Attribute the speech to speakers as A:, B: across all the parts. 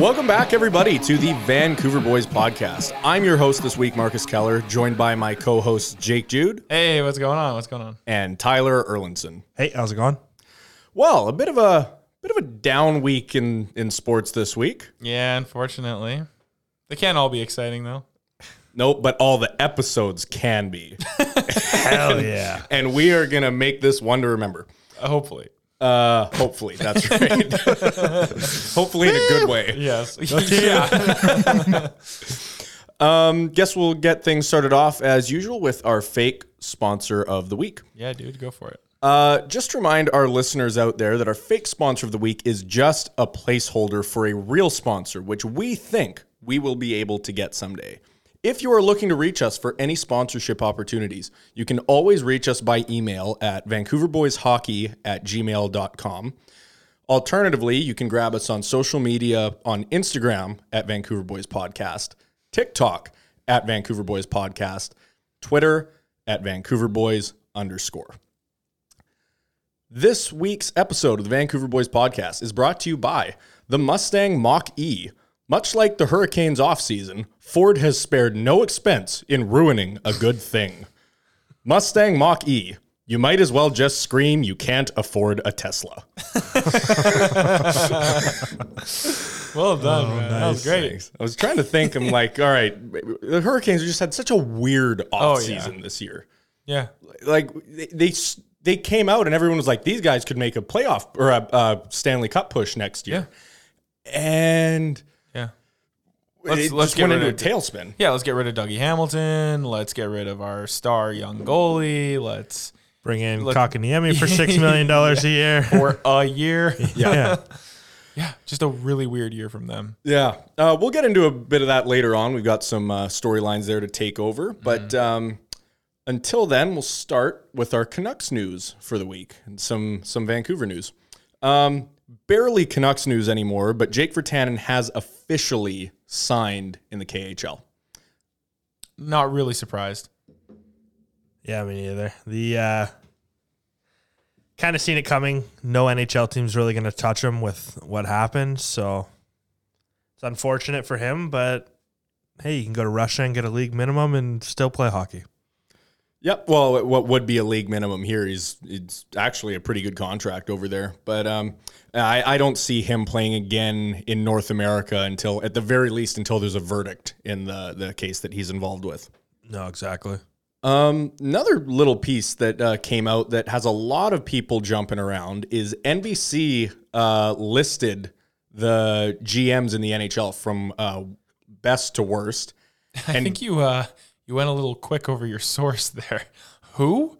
A: Welcome back, everybody, to the Vancouver Boys podcast. I'm your host this week, Marcus Keller, joined by my co hosts, Jake Jude
B: Hey, what's going on? What's going on?
A: and Tyler Erlinson.
C: Hey, how's it going?
A: Well, a bit of a bit of a down week in in sports this week.
B: Yeah, unfortunately, they can't all be exciting though.
A: Nope, but all the episodes can be,
C: Hell Oh, yeah.
A: and we are gonna make this one to remember.
B: Uh, hopefully,
A: Uh, hopefully, that's right. hopefully, in a good way.
B: yes. yeah.
A: Um, guess we'll get things started off as usual with our fake sponsor of the week.
B: yeah, dude, go for it.
A: Uh, just to remind our listeners out there that our fake sponsor of the week is just a placeholder for a real sponsor, which we think we will be able to get someday. If you are looking to reach us for any sponsorship opportunities, you can always reach us by email at vancouverboyshockey at gmail.com. Alternatively, you can grab us on social media on Instagram at Vancouver Boys Podcast, TikTok at Vancouver Boys Podcast, Twitter at Vancouver Boys underscore. This week's episode of the Vancouver Boys Podcast is brought to you by the Mustang Mach E. Much like the Hurricanes offseason, Ford has spared no expense in ruining a good thing. Mustang Mach E. You might as well just scream you can't afford a Tesla.
C: Oh,
B: Well done, man. That was great.
A: I was trying to think. I'm like, all right, the Hurricanes just had such a weird offseason this year.
B: Yeah,
A: Like they, they s- they came out and everyone was like, these guys could make a playoff or a, uh Stanley Cup push next year, and
B: yeah,
A: it
B: Let's-
A: just
B: let's get
A: went
B: rid
A: into a
B: of it.
A: tailspin.
B: yeah. Let's get rid of Dougie Hamilton. Let's get rid of our star young goalie. Let's
C: Bring in
B: Look-
C: Kakaniemi for $6 million a year.
B: for a year.
C: yeah.
B: yeah, just a really weird year from them.
A: Yeah, uh, we'll get into a bit of that later on. We've got some uh, storylines there to take over,
B: Mm-hmm.
A: but um, until then, we'll start with our Canucks news for the week and some some Vancouver news. Um, barely Canucks news anymore, but Jake Vertanen has officially signed in the KHL.
B: Not really surprised.
C: Yeah, me neither. The uh, kind of seen it coming. No NHL team's really going to touch him with what happened. So it's unfortunate for him, but hey, you can go to Russia and get a league minimum and still play hockey.
A: Yep. Well, what would be a league minimum here is it's actually a pretty good contract over there, but um, I, I don't see him playing again in North America until, at the very least, until there's a verdict in the the case that he's involved with.
C: No, exactly.
A: Um, another little piece that uh, came out that has a lot of people jumping around is NBC uh, listed the GMs in the NHL from uh, best to worst.
B: I think you uh you went a little quick over your source there. Who?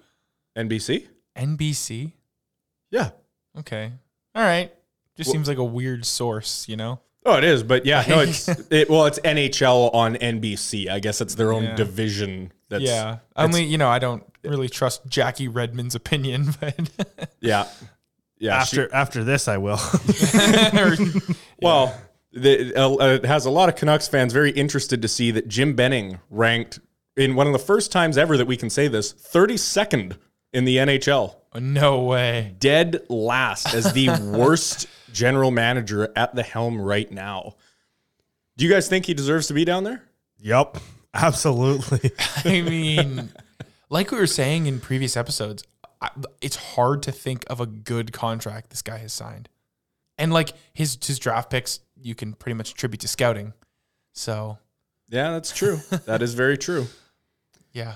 A: NBC.
B: NBC.
A: Yeah.
B: Okay. All right. Just seems like a weird source, you know?
A: Oh, it is, but yeah, no, it's it, well, it's NHL on NBC. I guess it's their own division. That's,
B: yeah. Only, you know, I don't really trust Jackie Redmond's opinion, but
A: yeah, yeah. she-
C: After after this, I will.
B: or-
A: well, the, uh, uh, it has a lot of Canucks fans very interested to see that Jim Benning ranked in one of the first times ever that we can say this, 32nd in the NHL,
B: no way.
A: dead last as the worst general manager at the helm right now. Do you guys think he deserves to be down there?
C: yep, absolutely.
B: I mean, like we were saying in previous episodes, I, it's hard to think of a good contract this guy has signed. And like his his draft picks, you can pretty much attribute to scouting. So,
A: Yeah, that's true. that is very true.
B: yeah.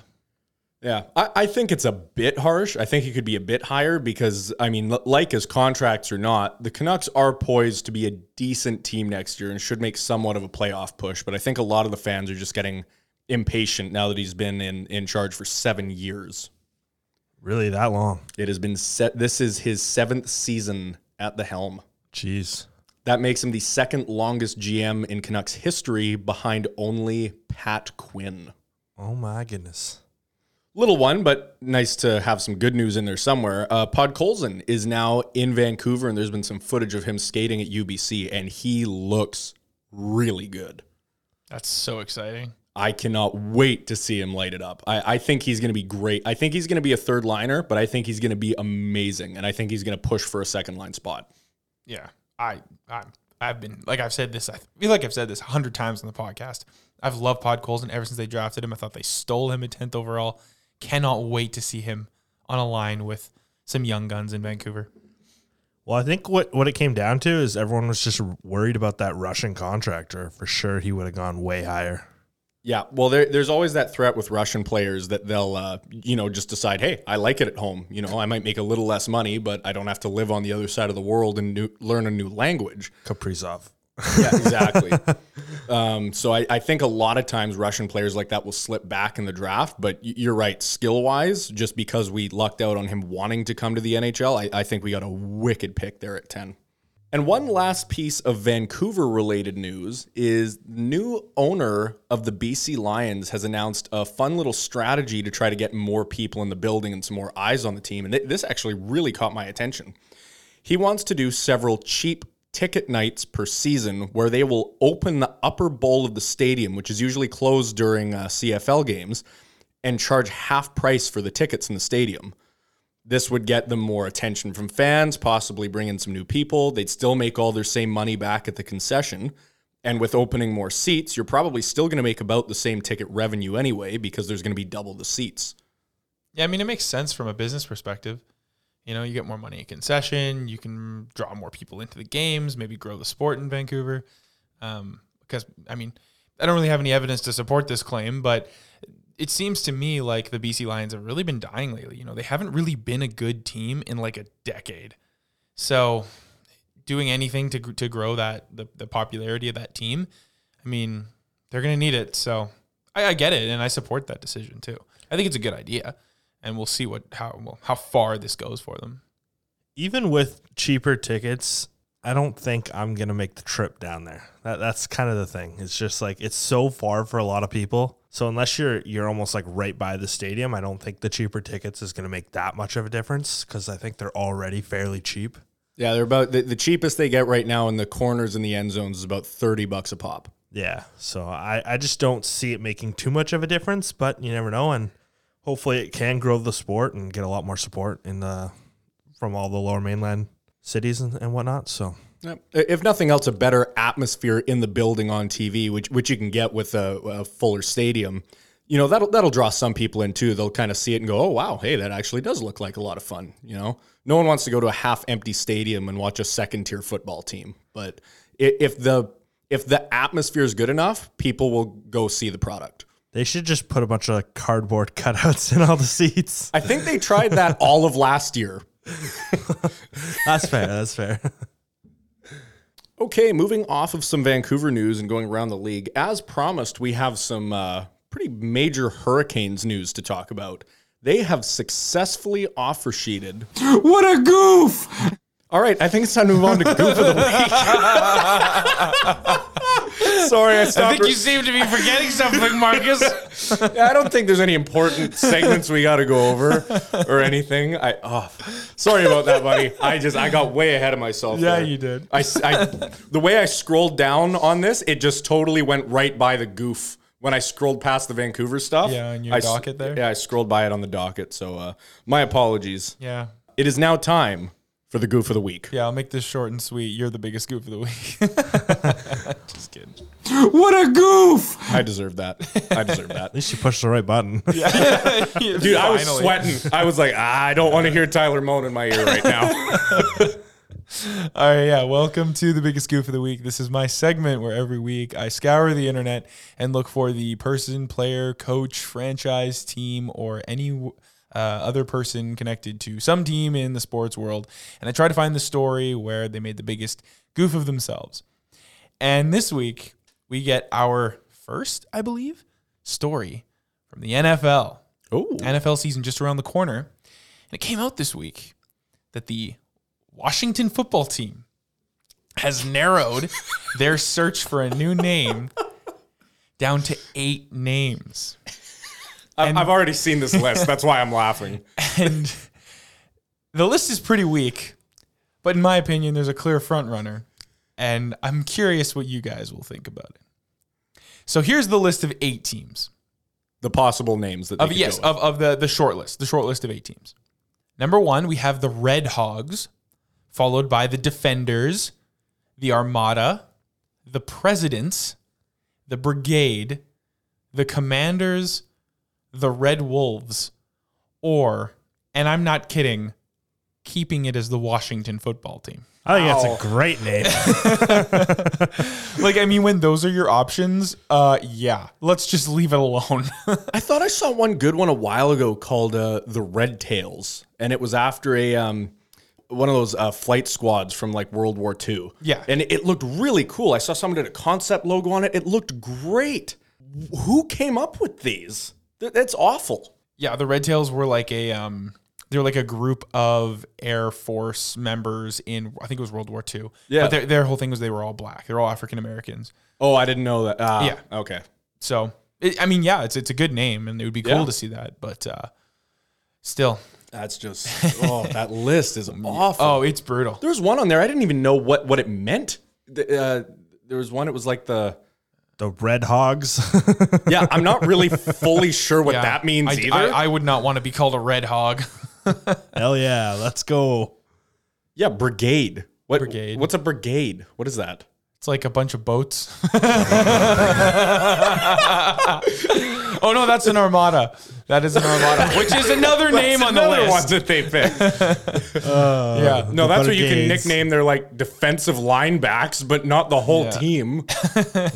A: Yeah, I, I think it's a bit harsh. I think it could be a bit higher because, I mean, l- like as contracts or not, the Canucks are poised to be a decent team next year and should make somewhat of a playoff push. But I think a lot of the fans are just getting impatient now that he's been in, in charge for seven years.
C: really, that long?
A: It has been set. This is his seventh season at the helm.
C: Jeez.
A: That makes him the second longest GM in Canucks history behind only Pat Quinn.
C: Oh my goodness.
A: Little one, but nice to have some good news in there somewhere. Uh, Pod Colson is now in Vancouver, and there's been some footage of him skating at UBC, and he looks really good.
B: That's so exciting.
A: I cannot wait to see him light it up. I, I think he's going to be great. I think he's going to be a third liner, but I think he's going to be amazing. And I think he's going to push for a second line spot.
B: Yeah, I, I, I've been like I've said this. I feel like I've said this a hundred times on the podcast. I've loved Pod Colson ever since they drafted him. I thought they stole him at tenth overall. Cannot wait to see him on a line with some young guns in Vancouver.
C: Well, I think what, what it came down to is everyone was just worried about that Russian contractor. For sure, he would have gone way higher.
A: Yeah, well, there, there's always that threat with Russian players that they'll, uh, you know, just decide, hey, I like it at home. You know, I might make a little less money, but I don't have to live on the other side of the world and new, learn a new language.
C: Kaprizov.
A: Yeah, exactly. um, so I, I think a lot of times Russian players like that will slip back in the draft. But y- you're right, skill wise, just because we lucked out on him wanting to come to the NHL, I, I think we got a wicked pick there at 10. And one last piece of Vancouver related news is new owner of the BC Lions has announced a fun little strategy to try to get more people in the building and some more eyes on the team. And th- this actually really caught my attention. He wants to do several cheap ticket nights per season where they will open the upper bowl of the stadium, which is usually closed during uh, CFL games, and charge half price for the tickets in the stadium. This would get them more attention from fans, possibly bring in some new people. They'd still make all their same money back at the concession. And with opening more seats, you're probably still going to make about the same ticket revenue anyway because there's going to be double the seats.
B: Yeah, I mean it makes sense from a business perspective. You know, you get more money in concession, you can draw more people into the games, maybe grow the sport in Vancouver. Um, because I mean, I don't really have any evidence to support this claim, but it seems to me like the BC Lions have really been dying lately. You know, they haven't really been a good team in like a decade. So, doing anything to gr- to grow that the, the popularity of that team, I mean, they're gonna need it. So, I, I get it, and I support that decision too. I think it's a good idea, and we'll see what how well, how far this goes for them.
C: Even with cheaper tickets, I don't think I'm going to make the trip down there. That, that's kind of the thing. It's just like it's so far for a lot of people. So unless you're you're almost like right by the stadium, I don't think the cheaper tickets is going to make that much of a difference cuz I think they're already fairly cheap.
A: Yeah, they're about the, the cheapest they get right now in the corners and the end zones is about 30 bucks a pop.
C: Yeah. So I, I just don't see it making too much of a difference, but you never know. And hopefully it can grow the sport and get a lot more support in the from all the lower mainland cities and, and whatnot. So
A: Yep. If nothing else, a better atmosphere in the building on TV, which which you can get with a, a fuller stadium. You know that'll that'll draw some people in too. They'll kind of see it and go, "Oh wow, hey, that actually does look like a lot of fun." You know, no one wants to go to a half-empty stadium and watch a second-tier football team, but i- if the if the atmosphere is good enough, people will go see the product.
C: they should just put a bunch of cardboard cutouts in all the seats.
A: I think they tried that all of last year,
C: That's fair. That's fair.
A: Okay, moving off of some Vancouver news and going around the league, as promised, we have some uh, pretty major Hurricanes news to talk about. They have successfully offer sheeted.
D: What a goof!
A: All right, I think it's time to move on to goof of the week. Sorry, I stopped. I,
B: seem to be forgetting something, Marcus.
A: I don't think there's any important segments we got to go over or anything. I oh, sorry about that, buddy. I just I got way ahead of myself.
B: Yeah,
A: there.
B: you did.
A: I, I- the way I scrolled down on this, it just totally went right by the goof when I scrolled past the Vancouver stuff.
B: Yeah, on your
A: I s-
B: docket there?
A: Yeah, I scrolled by it on the docket. So uh, my apologies.
B: yeah,
A: It is now time for the goof of the week.
B: yeah. I'll make this short and sweet. You're the biggest goof of the week. Just kidding.
D: What a goof!
A: I deserve that. I deserve that.
C: At least you pushed the right button.
B: Dude,
A: Dude, I was sweating. I was like, "Ah, I don't want to hear Tyler moan in my ear right now.
B: All right, yeah. Welcome to the biggest goof of the week. This is my segment where every week I scour the internet and look for the person, player, coach, franchise, team, or any uh, other person connected to some team in the sports world, and I try to find the story where they made the biggest goof of themselves. And this week we get our first, I believe, story from the NFL.
A: oh,
B: NFL season just around the corner. And it came out this week that the Washington football team has narrowed their search for a new name down to eight names.
A: I- I've already seen this list. That's why I'm laughing.
B: And the list is pretty weak, but in my opinion, there's a clear front runner. And I'm curious what you guys will think about it. So here's the list of eight teams.
A: The possible names that they
B: Of
A: could
B: yes,
A: go with.
B: of, of the the short list, the short list of eight teams. Number one, we have the Red Hogs, followed by the Defenders, the Armada, the Presidents, the Brigade, the Commanders, the Red Wolves, or and I'm not kidding, keeping it as the Washington football team.
C: I think that's a great name.
B: Like I mean, when those are your options, uh, yeah, let's just leave it alone.
A: I thought I saw one good one a while ago called uh, the Red Tails, and it was after a um, one of those uh, flight squads from like World War II.
B: Yeah.
A: and it looked really cool. I saw someone did a concept logo on it. It looked great. Who came up with these? Th- That's awful.
B: Yeah, the Red Tails were like a um they're like a group of Air Force members in I think it was World War II.
A: Yeah.
B: But their, their whole thing was they were all black. They're all African Americans.
A: Oh, I didn't know that. Ah,
B: Yeah.
A: Okay.
B: So it, I mean, yeah, it's it's a good name and it would be cool
A: Yeah.
B: to see that, but uh still.
A: That's just oh, that list is awful.
B: Oh, it's brutal.
A: There was one on there I didn't even know what what it meant. Th- uh, there was one. It was like the
C: the Red Hogs.
A: yeah. I'm not really fully sure what
B: Yeah.
A: that means
B: I,
A: either.
B: I, I would not want to be called a red hog.
C: Hell yeah, let's go.
A: Yeah, brigade. What
B: Brigade.
A: What's a brigade? What is that?
B: It's like a bunch of boats. oh no, that's an armada. That is an armada, which is another name on the list.
A: that they picked.
B: Yeah.
A: No, that's what you can
C: Brigades.
A: nickname their like defensive linebacks, but not the whole
B: Yeah.
A: team.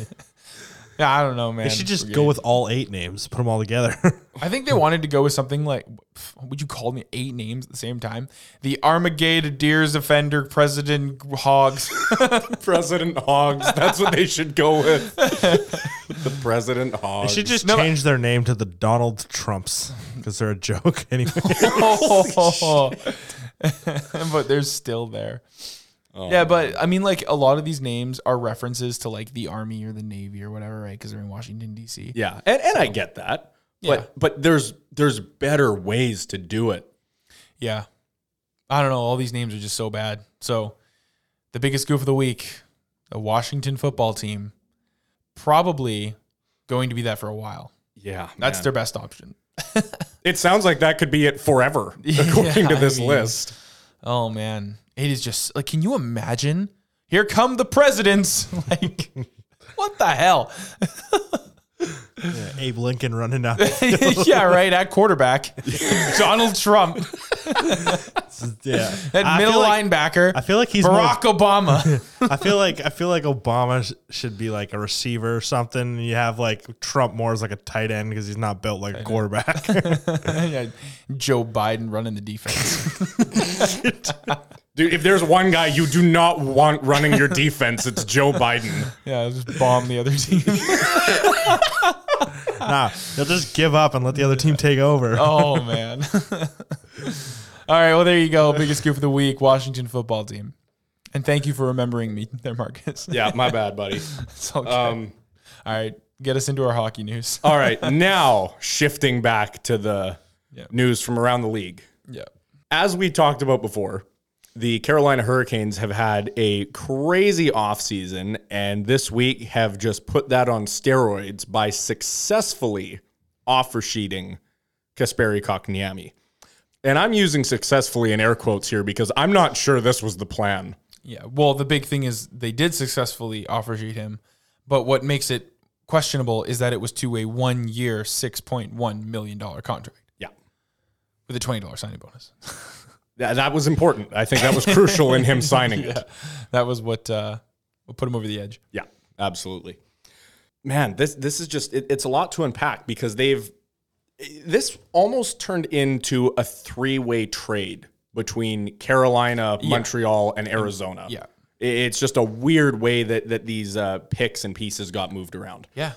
B: Yeah, I don't know, man.
C: They should just go with all eight names, put them all together.
B: I think they wanted to go with something like, would you call me eight names at the same time? The Armageddon Deers Offender President Hogs.
A: President Hogs. That's what they should go with. the President
C: they
A: Hogs.
C: should just
B: No,
C: change their name to the Donald Trumps because they're a joke anyway.
A: Oh,
B: but they're still there.
A: Oh,
B: yeah, but I mean, like a lot of these names are references to like the Army or the Navy or whatever, right? Because they're in Washington D.C.
A: yeah, and, and I get that,
B: Yeah.
A: but but there's there's better ways to do it.
B: Yeah. I don't know. All these names are just so bad. So, the biggest goof of the week, the Washington football team, probably going to be that for a while.
A: Yeah,
B: That's
A: man.
B: their best option.
A: It sounds like that could be it forever, according
B: Yeah,
A: to
B: I
A: this
B: mean-
A: list.
B: Oh man, it is just like can you imagine? Here come the presidents. Like what the hell?
C: Abe Lincoln running out.
B: yeah, right, at quarterback. Donald Trump,
C: yeah,
B: at
C: I feel
B: middle
C: like-
B: linebacker.
C: I feel like he's more
B: Barack Obama.
C: I feel like I feel like Obama sh- should be like a receiver or something. and You have like Trump more as like a tight end because he's not built like a quarterback.
B: Yeah, Joe Biden running the defense.
A: Dude, if there's one guy you do not want running your defense, it's Joe Biden.
B: yeah, just bomb the other team.
C: nah, they'll just give up and let the other team take over.
B: oh man. All right, well there you go. Biggest goof of the week, Washington football team. And thank you for remembering me there, Marcus.
A: Yeah, my bad, buddy.
B: It's okay.
A: Um,
B: All right, get us into our hockey news.
C: Uh,
A: all right, now shifting back to the
B: Yeah.
A: news from around the league.
B: Yeah.
A: As we talked about before, the Carolina Hurricanes have had a crazy offseason and this week have just put that on steroids by successfully offer sheeting Kasperi Kokniami. And I'm using successfully in air quotes here because I'm not sure this was the plan.
B: Yeah. Well, the big thing is they did successfully offer sheet him, but what makes it questionable is that it was to a one year, $6.1 million contract
A: Yeah.
B: with a $20 signing bonus.
A: That, that was important. I think that was crucial in him signing it.
B: That was what, uh, what put him over the edge.
A: Yeah, absolutely. Man, this this is just it, it's a lot to unpack because they've this almost turned into a three-way trade between Carolina, Montreal, and Arizona.
B: Yeah.
A: I- It's just a weird way that that these uh, picks and pieces got moved around.
B: Yeah.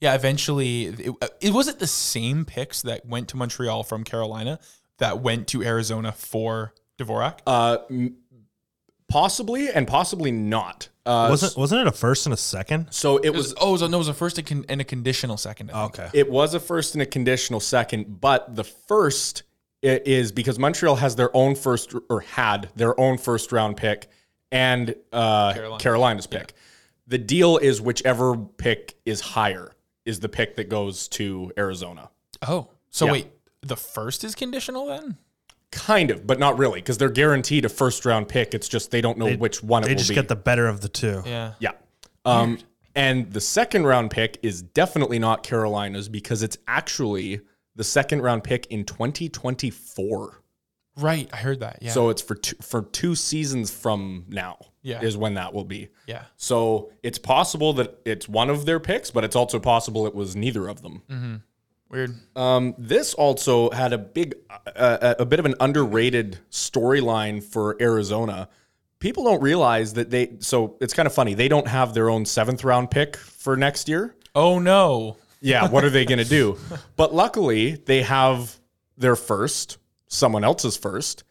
B: Yeah. Eventually, it, uh, it was it the same picks that went to Montreal from Carolina that went to Arizona for Dvorak?
A: Uh, m- possibly and possibly not. Uh,
C: Wasn't wasn't it a first and a second?
A: so it
B: it was,
A: was
B: oh, so no, it was a first and con- and a conditional second. I think.
C: Okay.
A: It was a first and a conditional second, but the first i- is because Montreal has their own first or had their own first round pick and uh, Carolina's pick. The deal is whichever pick is higher. is the pick that goes to Arizona.
B: Oh, so
A: Yeah.
B: wait, the first is conditional then?
A: Kind of, but not really, because they're guaranteed a first round pick. It's just they don't know which one it
C: They
A: will
C: just
A: be.
C: get the better of the two.
B: Yeah.
A: yeah. Um, and the second round pick is definitely not Carolina's because it's actually the second round pick in 2024.
B: Right. I heard that. Yeah.
A: So it's for two, for two seasons from now
B: Yeah.
A: is when that will be.
B: yeah.
A: So it's possible that it's one of their picks, but it's also possible it was neither of them.
B: Weird.
A: Um, this also had a big, uh, a bit of an underrated storyline for Arizona. People don't realize that they. So it's kind of funny. They don't have their own seventh round pick for next year.
B: Oh no.
A: Yeah, what are they going to do? But luckily, they have their first, someone else's first,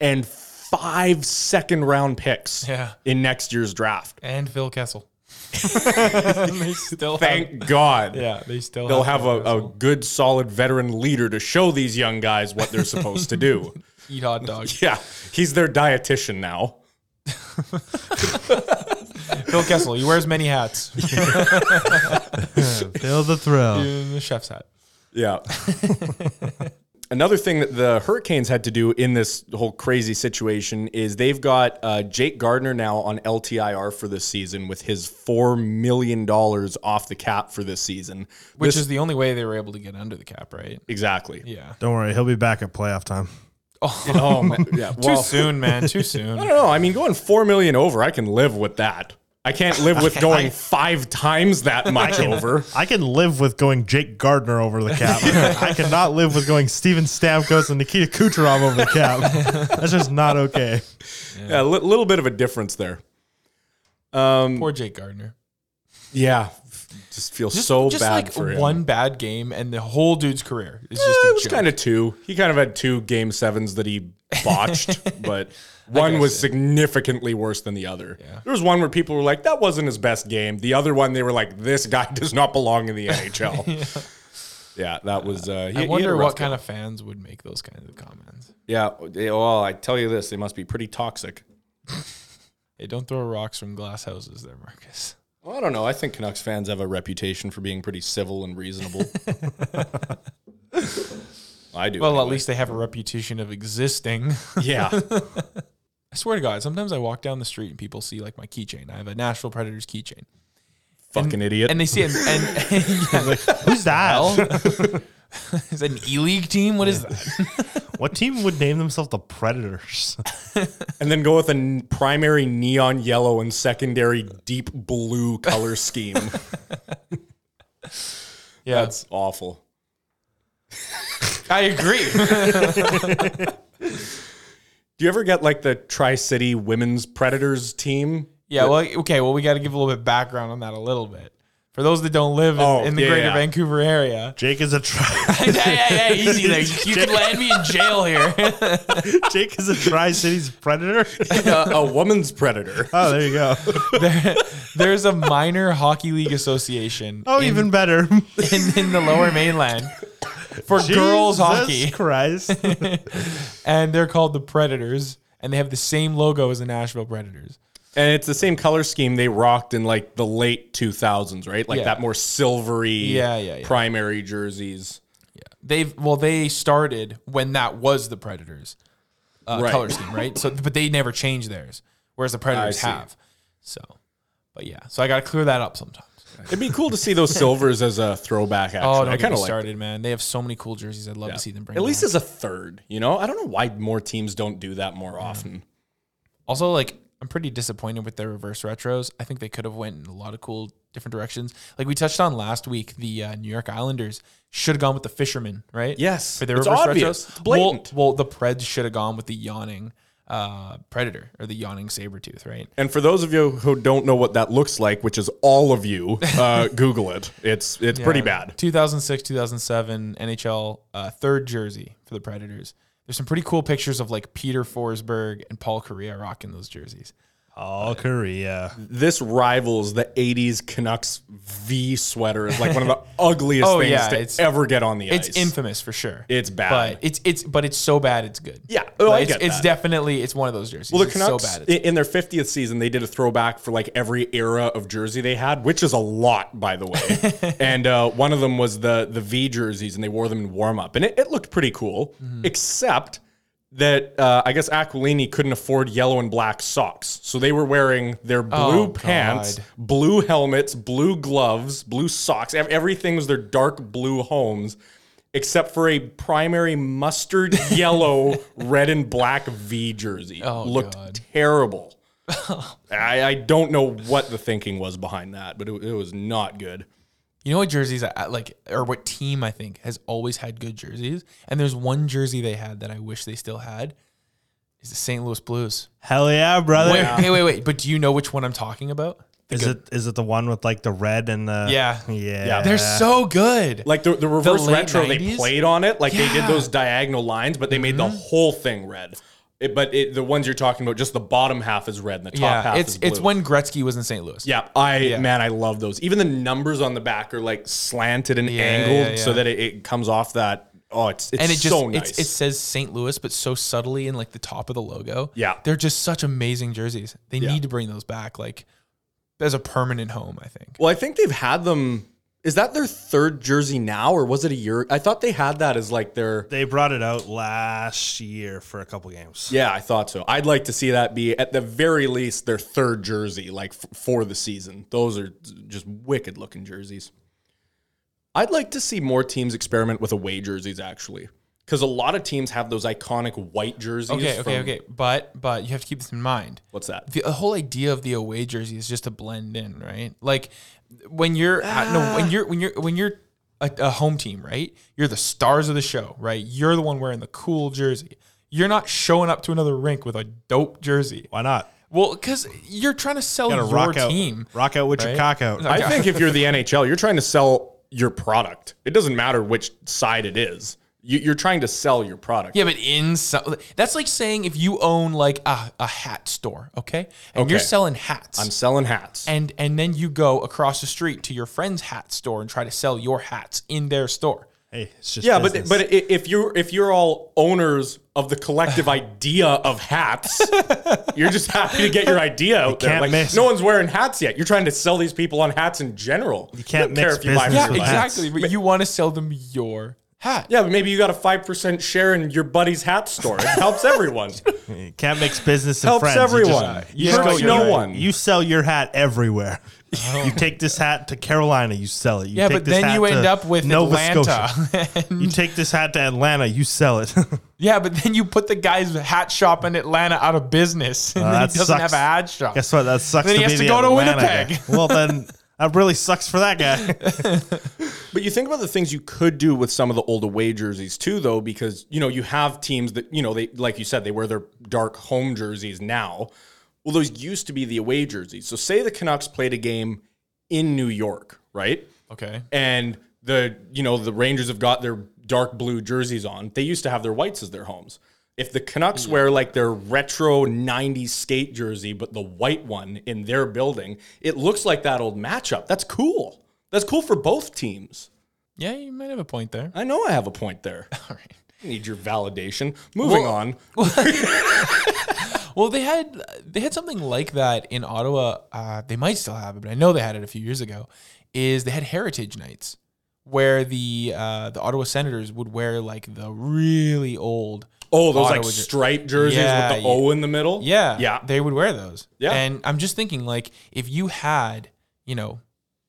A: and five second round picks
B: Yeah.
A: in next year's draft.
B: And Phil Kessel. they still have,
A: Thank God.
B: Yeah, they still
A: They'll have a, a good, solid veteran leader to show these young guys what they're supposed to do.
B: eat hot dog.
A: Yeah, he's their dietitian now.
B: Phil Kessel, he wears many hats.
C: Feel the thrill.
B: In the chef's hat.
A: Yeah. Another thing that the Hurricanes had to do in this whole crazy situation is they've got uh, Jake Gardner now on LTIR for this season with his four million dollars off the cap for this season.
B: Which
A: This-
B: is the only way they were able to get under the cap, right?
A: exactly.
B: Yeah.
C: Don't worry, he'll be back at playoff time.
A: Oh man, yeah.
B: Too
A: Well,
B: soon, man. Too
A: I
B: soon.
A: don't know. I mean, going four million over, I can live with that. I can't live with going five times that much over.
C: I can live with going Jake Gardner over the cap. I cannot live with going Steven Stamkos and Nikita Kucherov over the cap. That's just not okay.
A: Yeah, a li- little bit of a difference there. Um,
B: Poor Jake Gardner.
A: yeah, just feel so
B: just
A: bad
B: like
A: for him.
B: one bad game and the whole dude's career is just
A: Eh,
B: a
A: it was
B: joke.
A: kind of two. He kind of had two game sevens that he botched, but one was significantly worse than the other. There was one where people were like, "That wasn't his best game." The other one, they were like, "This guy does not belong in the NHL." yeah. that was. Uh, he- he
B: I
A: had a
B: wonder
A: rough
B: what
A: game.
B: kind of fans would make those kinds of comments.
A: Yeah. they- Well, I tell you this, they must be pretty toxic.
B: Hey, don't throw rocks from glass houses there, Marcus.
A: Well, I don't know. I think Canucks fans have a reputation for being pretty civil and reasonable. I do.
B: Well, at
A: anyway.
B: least they have a reputation of existing.
A: yeah.
B: I swear to God, sometimes I walk down the street and people see like my keychain. I have a Nashville Predators keychain.
A: Fucking idiot.
B: And they see it and, and, yeah, like,
C: Who's that?
B: is that an E League team? What is that?
C: What team would name themselves the Predators?
A: And then go with a n- primary neon yellow and secondary deep blue color scheme.
B: Yeah.
A: That's awful.
B: I agree.
A: Do you ever get like the Tri City women's Predators team?
B: yeah, well okay, well we gotta give a little bit of background on that a little bit. For those that don't live in,
A: Oh,
B: in the
A: yeah,
B: greater
A: yeah.
B: Vancouver area.
C: Jake is a tri-
B: hey, hey, hey, easy there. You can land me in jail here.
C: Jake is a Tri Cities Predator.
A: a, a woman's Predator.
C: Oh, there you go.
B: There- there's a minor hockey league association
C: Oh,
B: in,
C: even better.
B: in, in the lower mainland for girls
C: Jesus
B: hockey.
C: Christ.
B: and they're called the Predators, and they have the same logo as the Nashville Predators.
A: And it's the same color scheme they rocked in like the late 2000s, right? Like
B: Yeah.
A: that more silvery
B: Yeah, yeah, yeah.
A: primary jerseys.
B: They've well, they started when that was the Predators uh,
A: Right.
B: color scheme, right? So, but they never changed theirs, whereas the Predators
A: see.
B: have. So, but yeah, so I got to clear that up sometimes.
A: It'd be cool to see those silvers as a throwback action.
B: Oh, don't
A: I
B: get
A: kind
B: me
A: of like
B: started, man. They have so many cool jerseys. I'd love to see them bring.
A: at least
B: back.
A: as a third, you know? I don't know why more teams don't do that more often.
B: also like I'm pretty disappointed with their reverse retros. I think they could have went in a lot of cool different directions. Like we touched on last week, the uh, New York Islanders should have gone with the fisherman, right?
A: Yes,
B: for their
A: it's
B: reverse
A: obvious.
B: retros.
A: It's blatant.
B: Well, well, the Preds should have gone with the yawning uh, predator or the yawning saber tooth, right?
A: And for those of you who don't know what that looks like, which is all of you, uh, Google it. It's it's pretty bad.
B: 2006, 2007 NHL uh, third jersey for the Predators. There's some pretty cool pictures of like Peter Forsberg and Paul Correa rocking those jerseys.
C: All Korea.
A: This rivals the 80s Canucks V sweater. It's like one of the ugliest
B: Oh,
A: things
B: yeah, it's-
A: to ever get on the
B: It's
A: ice.
B: infamous for sure.
A: It's bad.
B: But it's it's but it's so bad it's good.
A: Yeah, oh, I
B: Like, it's,
A: get
B: it's
A: that.
B: definitely it's one of those jerseys.
A: Well, the
B: It's
A: Canucks
B: so bad.
A: i- in their 50th season, they did a throwback for like every era of jersey they had, which is a lot, by the way. and uh, one of them was the the V jerseys, and they wore them in warm up, and it, it looked pretty cool.
B: Mm-hmm.
A: Except that uh, I guess Aquilini couldn't afford yellow and black socks, so they were wearing their blue
B: Oh,
A: pants,
B: God.
A: blue helmets, blue gloves, blue socks. ev- Everything was their dark blue homes. Except for a primary mustard yellow, red and black V jersey
B: Oh,
A: looked terrible. I, I don't know what the thinking was behind that, but it, it was not good.
B: You know what jerseys I, I like, or what team I think has always had good jerseys? And there's one jersey they had that I wish they still had. Is the St. Louis Blues?
C: Hell yeah, brother.
B: Wait, hey, wait, wait! But do you know which one I'm talking about?
C: Is it is it the one with like the red and the
B: Yeah.
C: yeah?
A: Yeah,
B: They're so good.
A: Like the, the reverse
B: late
A: retro, they
B: 90s?
A: played on it. Like they did
B: Yeah. Mm-hmm.
A: those diagonal lines, but they made the whole thing red. It, but it, the ones you're talking about, just the bottom half is red and the top
B: yeah,
A: half
B: it's
A: is blue.
B: it's when Gretzky was in St. Louis.
A: Yeah, I man, I love those. Even the numbers on the back are like slanted and
B: Yeah,
A: angled
B: yeah, yeah.
A: so that it, it comes off that. Oh, it's it's
B: and it just
A: so nice.
B: it's, it says St. Louis, but so subtly in like the top of the logo.
A: Yeah.
B: they're just such amazing jerseys. They
A: Yeah.
B: need to bring those back, like as a permanent home. I think.
A: Well, I think they've had them. Is that their third jersey now, or was it a year? I thought they had that as like their.
C: They brought it out last year for a couple games.
A: Yeah, I thought so. I'd like to see that be at the very least their third jersey, like f- for the season. Those are just wicked looking jerseys. I'd like to see more teams experiment with away jerseys, actually, because a lot of teams have those iconic white jerseys.
B: Okay, okay,
A: from-
B: okay. But but you have to keep this in mind.
A: What's that?
B: the, the whole idea of the away jersey is just to blend in, right? Like when you're at,
A: Ah.
B: no when you're when you're when you're a, a home team, right? You're the stars of the show, right? You're the one wearing the cool jersey. You're not showing up to another rink with a dope jersey.
C: Why not?
B: Well, because you're trying to sell
C: Gotta
B: your
C: rock out,
B: team.
C: rock out with your
B: right?
C: cock out.
B: Okay.
A: I think if you're the NHL, you're trying to sell your product. It doesn't matter which side it is. You, you're trying to sell your product.
B: Yeah, but in some, that's like saying if you own like a, a hat store, okay, and you're
A: Okay.
B: selling hats.
A: I'm selling hats.
B: and and then you go across the street to your friend's hat store and try to sell your hats in their store.
C: Hey, it's just
A: Yeah,
C: business.
A: but but i- if you're if you're all owners of the collective idea of hats, you're just happy to get your idea out there.
C: can't
A: Like
C: miss.
A: no one's wearing hats yet. You're trying to sell these people on hats in general. You
C: can't
A: don't care
C: mix
A: if you buy them
C: business
B: Yeah,
A: or
C: with
A: not.
C: hats.
B: exactly. But you want to sell them your hat.
A: Yeah, but maybe you got a five percent share in your buddy's hat store. It helps everyone.
C: You can't mix business and
A: Helps
C: friends.
A: everyone.
C: You, just, you
A: Hurts
C: just go
A: no
C: your-
A: one.
C: You sell your hat everywhere. You take this hat to Carolina, you sell it.
B: Oh.
C: You
B: Yeah,
C: take
B: but
C: this
B: then
C: hat
B: you
C: to
B: end up with
C: Nova Scotia.
B: Atlanta. And-
C: You take this hat to Atlanta, you sell it.
B: yeah, but then you put the guy's hat shop in Atlanta out of business, and
C: Uh,
B: then he
C: that
B: doesn't
C: sucks.
B: have a hat shop.
C: Guess what? That sucks.
B: Then he
C: to
B: has to
C: be the
B: go to
C: Atlanta
B: Winnipeg.
C: guy. Well, then that really sucks for that guy.
A: But you think about the things you could do with some of the old away jerseys too, though, because you know you have teams that you know they like you said they wear their dark home jerseys now. Well, those used to be the away jerseys. So say the Canucks played a game in New York, right?
B: Okay.
A: And the you know the Rangers have got their dark blue jerseys on. They used to have their whites as their homes. If the Canucks wear like their retro 90s skate jersey, but the white one in their building, it looks like that old matchup. That's cool. That's cool for both teams.
B: Yeah, you might have a point there.
A: I know I have a point there.
B: All right.
A: Need your validation. Moving
B: Well-
A: on.
B: Well, they had they had something like that in Ottawa. Uh, they might still have it, but I know they had it a few years ago. Is they had heritage nights where the uh, the Ottawa Senators would wear like the really old.
A: Oh, those like
B: Ottawa jer-
A: striped jerseys
B: Yeah,
A: with the O in the middle.
B: Yeah,
A: yeah.
B: they would wear those.
A: Yeah.
B: and I'm just thinking like if you had you know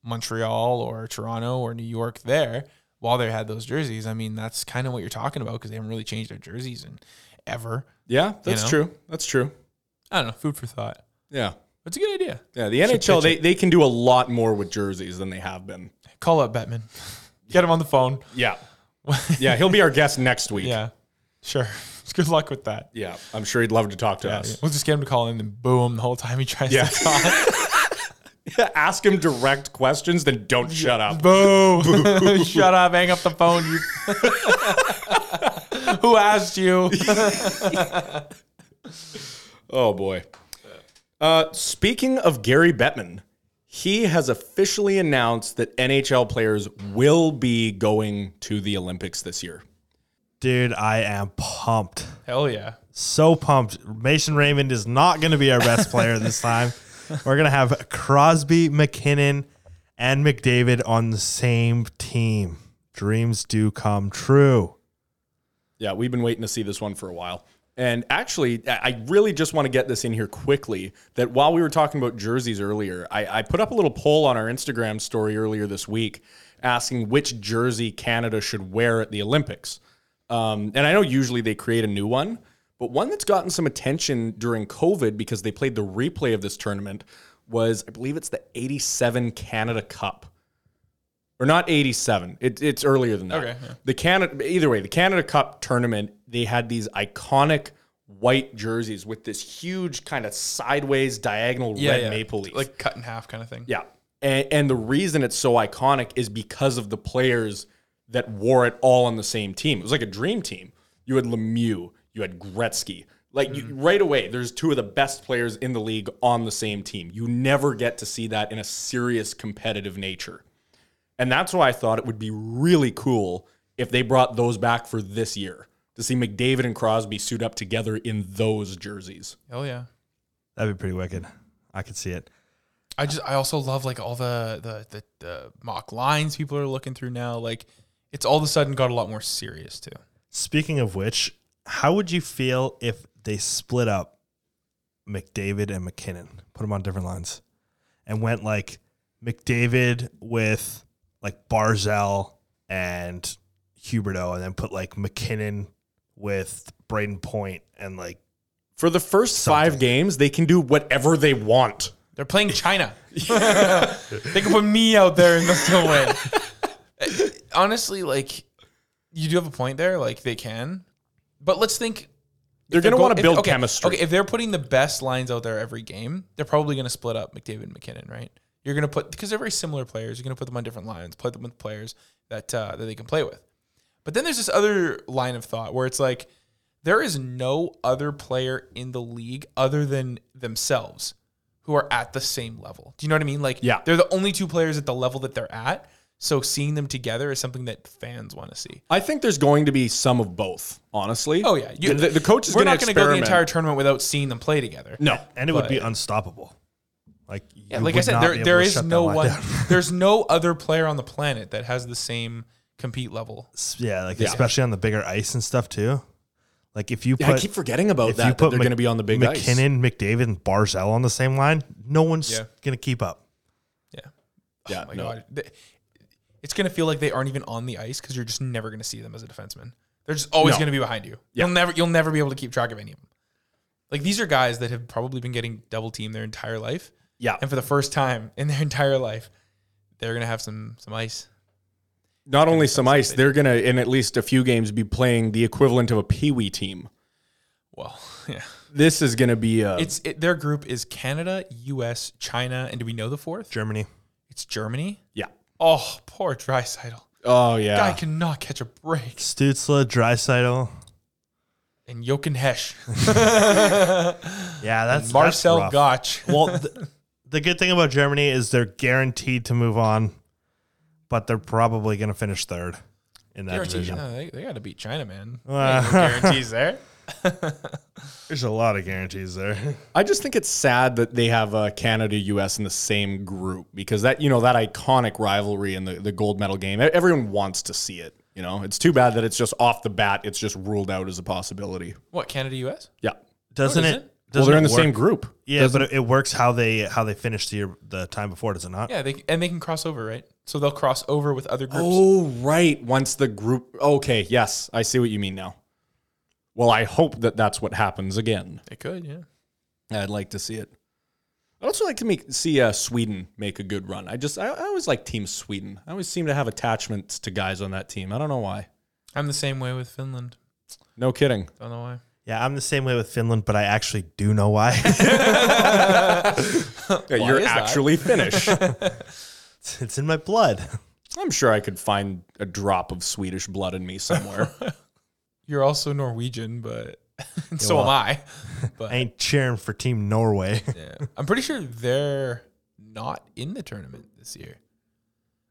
B: Montreal or Toronto or New York there while they had those jerseys. I mean, that's kind of what you're talking about because they haven't really changed their jerseys in ever.
A: yeah, that's
B: know?
A: true. That's true.
B: I don't know. Food for thought.
A: Yeah,
B: It's a good idea.
A: yeah. The NHL they, they can do a lot more with jerseys than they have been.
B: Call up Bettman. Get him on the phone.
A: Yeah, yeah. He'll be our guest next week.
B: Yeah, sure. Good luck with that.
A: yeah. I'm sure he'd love to talk to us.
B: We'll just get him to call in and boo him the whole time he tries
A: Yeah.
B: to talk.
A: Ask him direct questions, then don't shut up.
B: boo! Shut up! Hang up the phone. You. Who asked you?
A: Oh boy. Uh, speaking of Gary Bettman, he has officially announced that NHL players will be going to the Olympics this year.
C: Dude, I am pumped.
B: Hell yeah.
C: So pumped. Mason Raymond is not going to be our best player this time. We're going to have Crosby, McKinnon, and McDavid on the same team. Dreams do come true.
A: Yeah, we've been waiting to see this one for a while. And actually, I I really just want to get this in here quickly that while we were talking about jerseys earlier, I, I put up a little poll on our Instagram story earlier this week asking which jersey Canada should wear at the Olympics. Um, and I know usually they create a new one, but one that's gotten some attention during COVID because they played the replay of this tournament was, I believe it's the 87 Canada Cup or not 87 it, it's earlier than that
B: Okay, yeah.
A: the canada either way the canada cup tournament they had these iconic white jerseys with this huge kind of sideways diagonal red maple leaf
B: Like cut in half kind of thing.
A: yeah and, and the reason it's so iconic is because of the players that wore it all on the same team it was like a dream team you had lemieux you had gretzky like you, right away there's two of the best players in the league on the same team you never get to see that in a serious competitive nature and that's why I thought it would be really cool if they brought those back for this year to see McDavid and Crosby suit up together in those jerseys.
B: Hell yeah.
C: That'd be pretty wicked. I could see it.
B: I just I also love like all the the the, the mock lines people are looking through now. Like it's all of a sudden got a lot more serious too.
C: Speaking of which, how would you feel if they split up McDavid and McKinnon, put them on different lines, and went like McDavid with like Barzell and Huberto, and then put like McKinnon with Braden Point and like
A: For the first five games, they can do whatever they want.
B: They're playing China. they can put me out there and they'll still win. Honestly, like you do have a point there. Like they can, but let's think
A: They're going to
B: go-
A: want to
B: if-
A: build
B: okay,
A: chemistry.
B: Okay, if they're putting the best lines out there every game, they're probably going to split up McDavid and McKinnon, right? You're going to put because they're very similar players. You're going to put them on different lines, put them with players that uh, that they can play with. But then there's this other line of thought where it's like there is no other player in the league other than themselves who are at the same level. Do you know what I mean? Like
A: Yeah.
B: they're the only two players at the level that they're at. So seeing them together is something that fans want to see.
A: I think there's going to be some of both, honestly.
B: Oh yeah,
A: the, the- the coach is
B: We're
A: going to
B: not going to go the
A: experiment.
B: entire tournament without seeing them play together.
A: No.
C: and it would be
B: But-
C: unstoppable. Like
B: Yeah, like I said, there, there is no one. there's no other player on the planet that has the same compete level.
C: yeah, like especially on the bigger ice and stuff too. Like if you put
A: Yeah, I keep forgetting about
C: if
A: that.
C: you
A: that
C: put
A: they're
C: Mc-
A: going to be on the big ice.
C: McKinnon, McDavid, and Barzell on the same line, no one's
B: Yeah.
C: gonna keep up.
B: Yeah.
A: Yeah,
B: Oh my
A: no.
B: god. They- It's gonna feel like they aren't even on the ice because you're just never gonna see them as a defenseman. They're just always
A: No.
B: gonna be behind you.
A: Yeah.
B: You'll never you'll never be able to keep track of any of them. Like these are guys that have probably been getting double teamed their entire life,
A: Yeah.
B: and for the first time in their entire life, they're gonna have some some ice.
A: Not only some ice, they're going to, in at least a few games, be playing the equivalent of a Pee Wee team.
B: Well, yeah.
A: This is going to be a.
B: It's it, their group is Canada, U.S., China, and do we know the fourth?
C: Germany.
B: It's Germany.
A: yeah.
B: Oh, poor Drysidle.
A: Oh, yeah.
C: Ah.
B: Guy cannot catch a break.
C: Stutzla, Dreisaitl.
B: And Jochen Hesch,
C: Yeah, that's
B: Marcel
C: that's rough.
B: Gotch.
C: Well, the, the good thing about Germany is they're guaranteed to move on, but they're probably gonna finish third in that
B: Guarantees-
C: division.
B: no, uh, they, got to beat China, man. Ain't no guarantees there.
C: There's a lot of guarantees there.
A: I just think it's sad that they have uh, Canada, U.S. in the same group because that you know that iconic rivalry in the, the gold medal game. e- Everyone wants to see it. You know, it's too bad that it's just off the bat. It's just ruled out as a possibility.
B: What Canada, U.S.
A: Yeah.
C: Doesn't
B: is
C: it?
B: it?
A: well,
C: doesn't
A: they're in
C: it
A: the same
C: work-
A: group.
C: Yeah, but it, it works how they how they finished the year the time before, does it not?
B: Yeah, they and they can cross over, right? So they'll cross over with other groups.
A: Oh right. Once the group. Okay. Yes, I see what you mean now. Well, I hope that that's what happens again.
B: They could, yeah.
A: I'd like to see it. I'd also like to make see uh, Sweden make a good run. I just I, I always like Team Sweden. I always seem to have attachments to guys on that team. I don't know why.
B: I'm the same way with Finland.
A: No kidding.
B: Don't know why.
C: Yeah, I'm the same way with Finland, but I actually do know why.
A: Yeah,
B: Why
A: you're
B: is that?
A: actually Finnish.
C: it's in my blood.
A: I'm sure I could find a drop of Swedish blood in me somewhere.
B: You're also Norwegian, but And so am I. But
C: I ain't cheering for Team Norway.
B: yeah. I'm pretty sure they're not in the tournament this year.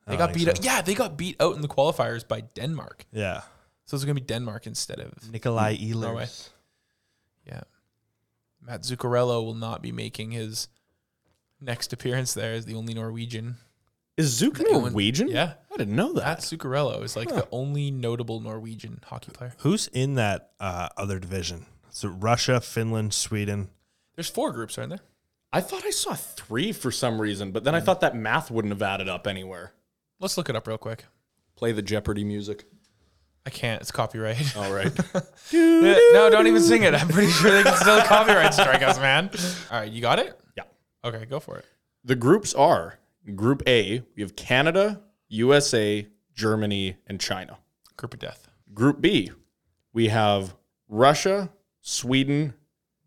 B: They
C: I
B: got
C: don't
B: beat
C: think
B: out. Yeah, they got beat out in the qualifiers by Denmark.
C: yeah.
B: So it's going to be Denmark instead of
C: Nikolai
B: Norway.
C: Ehlers.
B: Yeah. Matt Zuccarello will not be making his next appearance there as the only Norwegian.
A: Is Zuka
B: Ooh, and-
A: Norwegian?
B: yeah.
A: I didn't know
B: Matt
A: that.
B: Zuccarello is like the only notable Norwegian hockey player.
C: Who's in that uh, other division? So Russia, Finland, Sweden.
B: There's four groups, aren't there?
A: I thought I saw three for some reason, but then I thought that math wouldn't have added up anywhere.
B: Let's look it up real quick.
A: Play the Jeopardy music.
B: I can't. It's copyright.
A: All right.
B: Yeah, no, don't even sing it. I'm pretty sure they can still copyright strike us, man. All right, you got it?
A: yeah.
B: Okay, go for it.
A: The groups are Group A, we have Canada, USA, Germany, and China.
B: Group of death.
A: Group B, we have Russia, Sweden,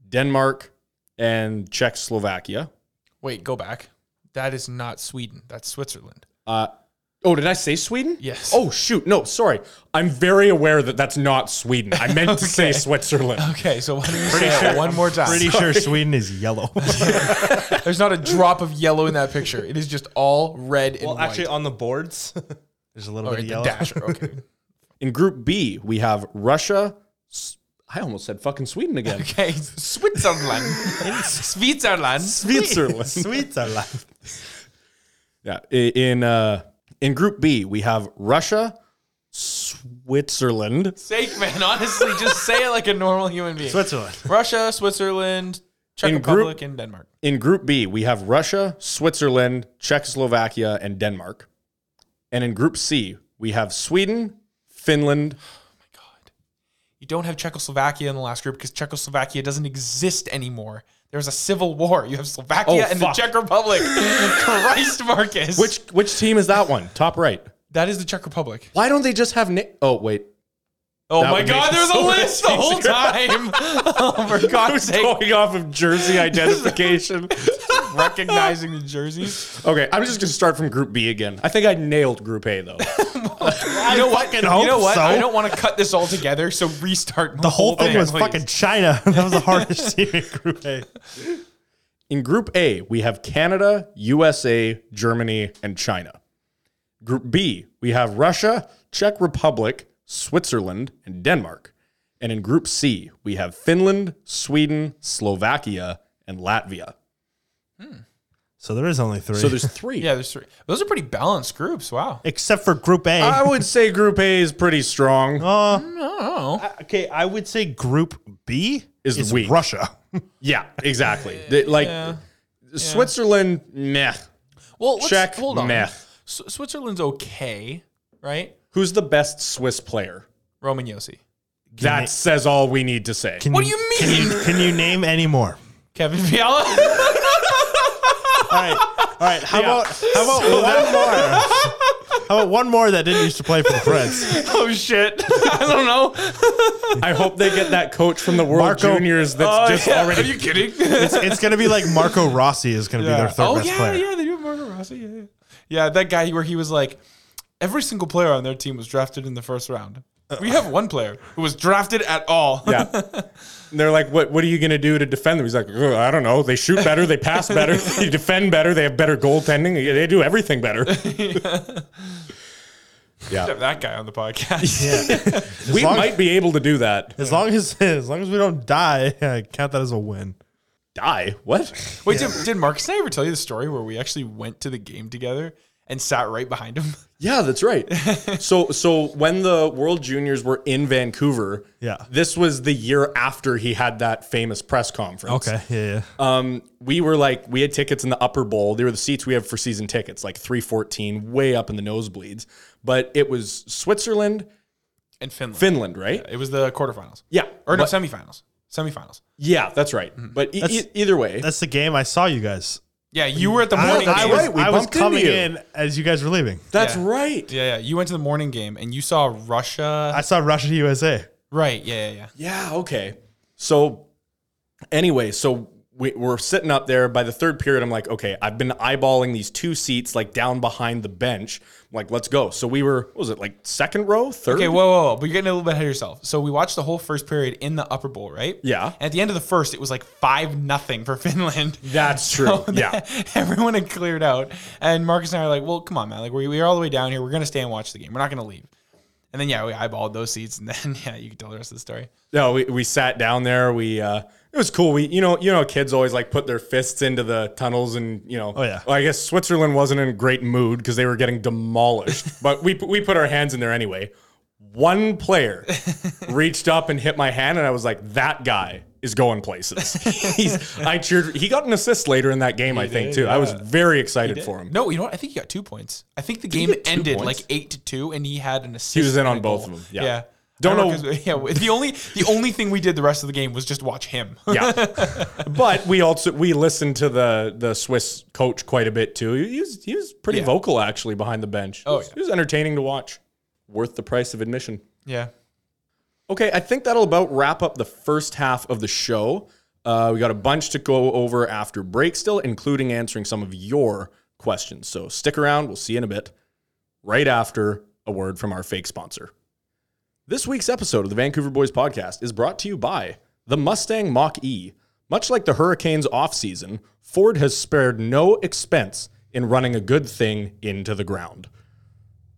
A: Denmark, and Czechoslovakia.
B: Wait, go back. That is not Sweden. That's Switzerland.
A: Uh, oh, did I say Sweden?
B: Yes.
A: Oh, shoot. No, sorry. I'm very aware that that's not Sweden. I meant to say Switzerland.
B: Okay, so why don't you say it one more time?
C: Pretty sure Sweden is yellow.
B: There's not a drop of yellow in that picture. It is just all red and
C: well,
B: white.
C: actually, on the boards, there's a little
B: oh,
C: bit
B: right, the
C: of yellow.
B: dasher. Okay.
A: In Group B, we have Russia. S- I almost said fucking Sweden again.
B: Okay, Switzerland. Switzerland.
A: Switzerland.
C: Sweets are life.
A: Yeah. i- In uh, in Group B, we have Russia, Switzerland,
B: Sake, man. Honestly, just say it like a normal human being.
C: Switzerland.
B: Russia, Switzerland, Czech
A: In group-
B: Republic, and Denmark.
A: In Group B, we have Russia, Switzerland, Czechoslovakia, and Denmark. And in Group C, we have Sweden, Finland.
B: God. You don't have Czechoslovakia in the last group because Czechoslovakia doesn't exist anymore. There was a civil war. You have Slovakia
A: Oh,
B: and the
A: fuck.
B: Czech Republic. Christ, Marcus.
A: Which which team is that one? Top right.
B: that is the Czech Republic.
A: Why don't they just have na- Oh wait,
B: Oh
A: That
B: my
A: would make
B: God,
A: it
B: there's
A: so
B: a list the
A: much
B: whole
A: easier.
B: time. oh, for God's sake,
A: going off of jersey identification.
B: recognizing the jerseys.
A: okay, I'm just gonna start from Group B again. I think I nailed Group A though.
B: you know what? You
C: hope
B: know what?
C: so.
B: I don't want to cut this all together. So restart
C: The whole thing was
B: Oh, please.
C: fucking China. that was the hardest team in Group A.
A: In Group A, we have Canada, USA, Germany, and China. Group B, we have Russia, Czech Republic, Switzerland, and Denmark. And in Group C, we have Finland, Sweden, Slovakia, and Latvia.
C: So there is only three.
A: So there's three.
B: Yeah, there's three. Those are pretty balanced groups. Wow.
C: Except for Group A.
B: Ah,
A: I would say Group A is pretty strong.
B: Oh,
C: okay, I would say Group B
A: Is weak.
C: Russia.
A: Yeah, exactly. They- like Switzerland, meh.
B: well, let's,
A: Czech,
B: hold on.
A: meh.
B: S- Switzerland's okay, right?
A: Who's the best Swiss player?
B: Roman Yossi.
A: that says all we need to say.
C: Can
B: What do you
C: Can
B: mean?
C: you, can you name any more?
B: Kevin Fiala.
C: All right, all right. How about how about one more? How about one more that didn't used to play for the Preds?
B: oh shit. I don't know.
A: I hope they get that coach from the World
C: Marco-
A: Juniors that's
B: Oh,
A: just
B: yeah.
A: already
B: Are you kidding?
C: It's gonna be like Marco Rossi is gonna be their third
B: oh
C: best
B: yeah,
C: player.
B: yeah, they do have Marco Rossi. Yeah, yeah, yeah. That guy where he was like, every single player on their team was drafted in the first round.
C: Uh,
B: We have one player who was drafted at all.
A: Yeah. And they're like, what, what are you going to do to defend them? He's like, "Ugh, I don't know. They shoot better. They pass better. they defend better. They have better goaltending. They do everything better.
B: Have that guy on the podcast.
A: we
C: long-
A: might be able to do that.
C: As long as as long as we don't die, I count that as a win.
A: Die? What?
B: Wait, did, did Marcus and I ever tell you the story where we actually went to the game together and sat right behind him?
A: Yeah, that's right. so, so when the World Juniors were in Vancouver,
C: Yeah.
A: this was the year after he had that famous press conference.
C: yeah, yeah.
A: we were like we had tickets in the upper bowl. They were the seats we have for season tickets, like 314, way up in the nosebleeds. But it was Switzerland,
B: And Finland.
A: Finland, right?
B: It was the quarterfinals.
A: Yeah.
B: Or no, Mm-hmm.
A: But-
B: semifinals. Semifinals.
A: yeah, that's right. But e-
C: That's-
A: e- either way,
C: That's the game I saw you guys.
B: Yeah, you were at the
C: I,
B: morning
C: I
B: game.
C: was,
A: Ah, Right, we
C: I was
A: bumped into
C: coming
A: you.
C: in as you guys were leaving.
A: that's
B: yeah.
A: right.
B: yeah, yeah. You went to the morning game and you saw Russia.
C: I saw Russia USA.
B: right. Yeah, yeah, yeah.
A: Yeah, okay. So anyway, so we, we're sitting up there by the third period i'm like okay i've been eyeballing these two seats like down behind the bench I'm like let's go so we were what was it like second row third
B: Okay, whoa, whoa, whoa, but you're getting a little bit ahead of yourself. So we watched the whole first period in the upper bowl, right?
A: Yeah.
B: And at the end of the first, it was like five nothing for Finland.
A: that's true
B: So
A: yeah
B: everyone had cleared out, and Marcus and I are like, "Well, come on, man! Like we we are all the way down here. We're gonna stay and watch the game. We're not gonna leave." And then yeah, we eyeballed those seats, and then yeah, you can tell the rest of the story.
A: no we, we sat down there we uh it was cool. We, you know, you know, kids always like put their fists into the tunnels, and you know.
C: Oh, yeah.
A: Well, I guess Switzerland wasn't in a great mood because they were getting demolished, but we pu- we put our hands in there anyway. One player reached up and hit my hand, and I was like, "That guy is going places." He's, I cheered. He got an assist later in that game, I think, too. I was very excited for him.
B: No, you know what? I think he got two points. I think the game
A: get two
B: ended
A: points?
B: like eight to two, and he had an assist.
A: He was in
B: and a
A: on both
B: goal.
A: of them, yeah.
B: yeah.
A: Don't
B: I
A: know-
B: 'cause- Yeah, the only the only thing we did the rest of the game was just watch him.
A: Yeah, but we also we listened to the the Swiss coach quite a bit too. He was he was pretty
B: Yeah.
A: vocal actually behind the bench.
B: Oh,
A: He was-
B: yeah.
A: he was entertaining to watch, worth the price of admission.
B: yeah.
A: Okay, I think that'll about wrap up the first half of the show. Uh, we got a bunch to go over after break still, including answering some of your questions. So stick around. We'll see you in a bit, right after a word from our fake sponsor. This week's episode of the Vancouver Boys Podcast is brought to you by the Mustang Mach E. Much like the Hurricanes offseason, Ford has spared no expense in running a good thing into the ground.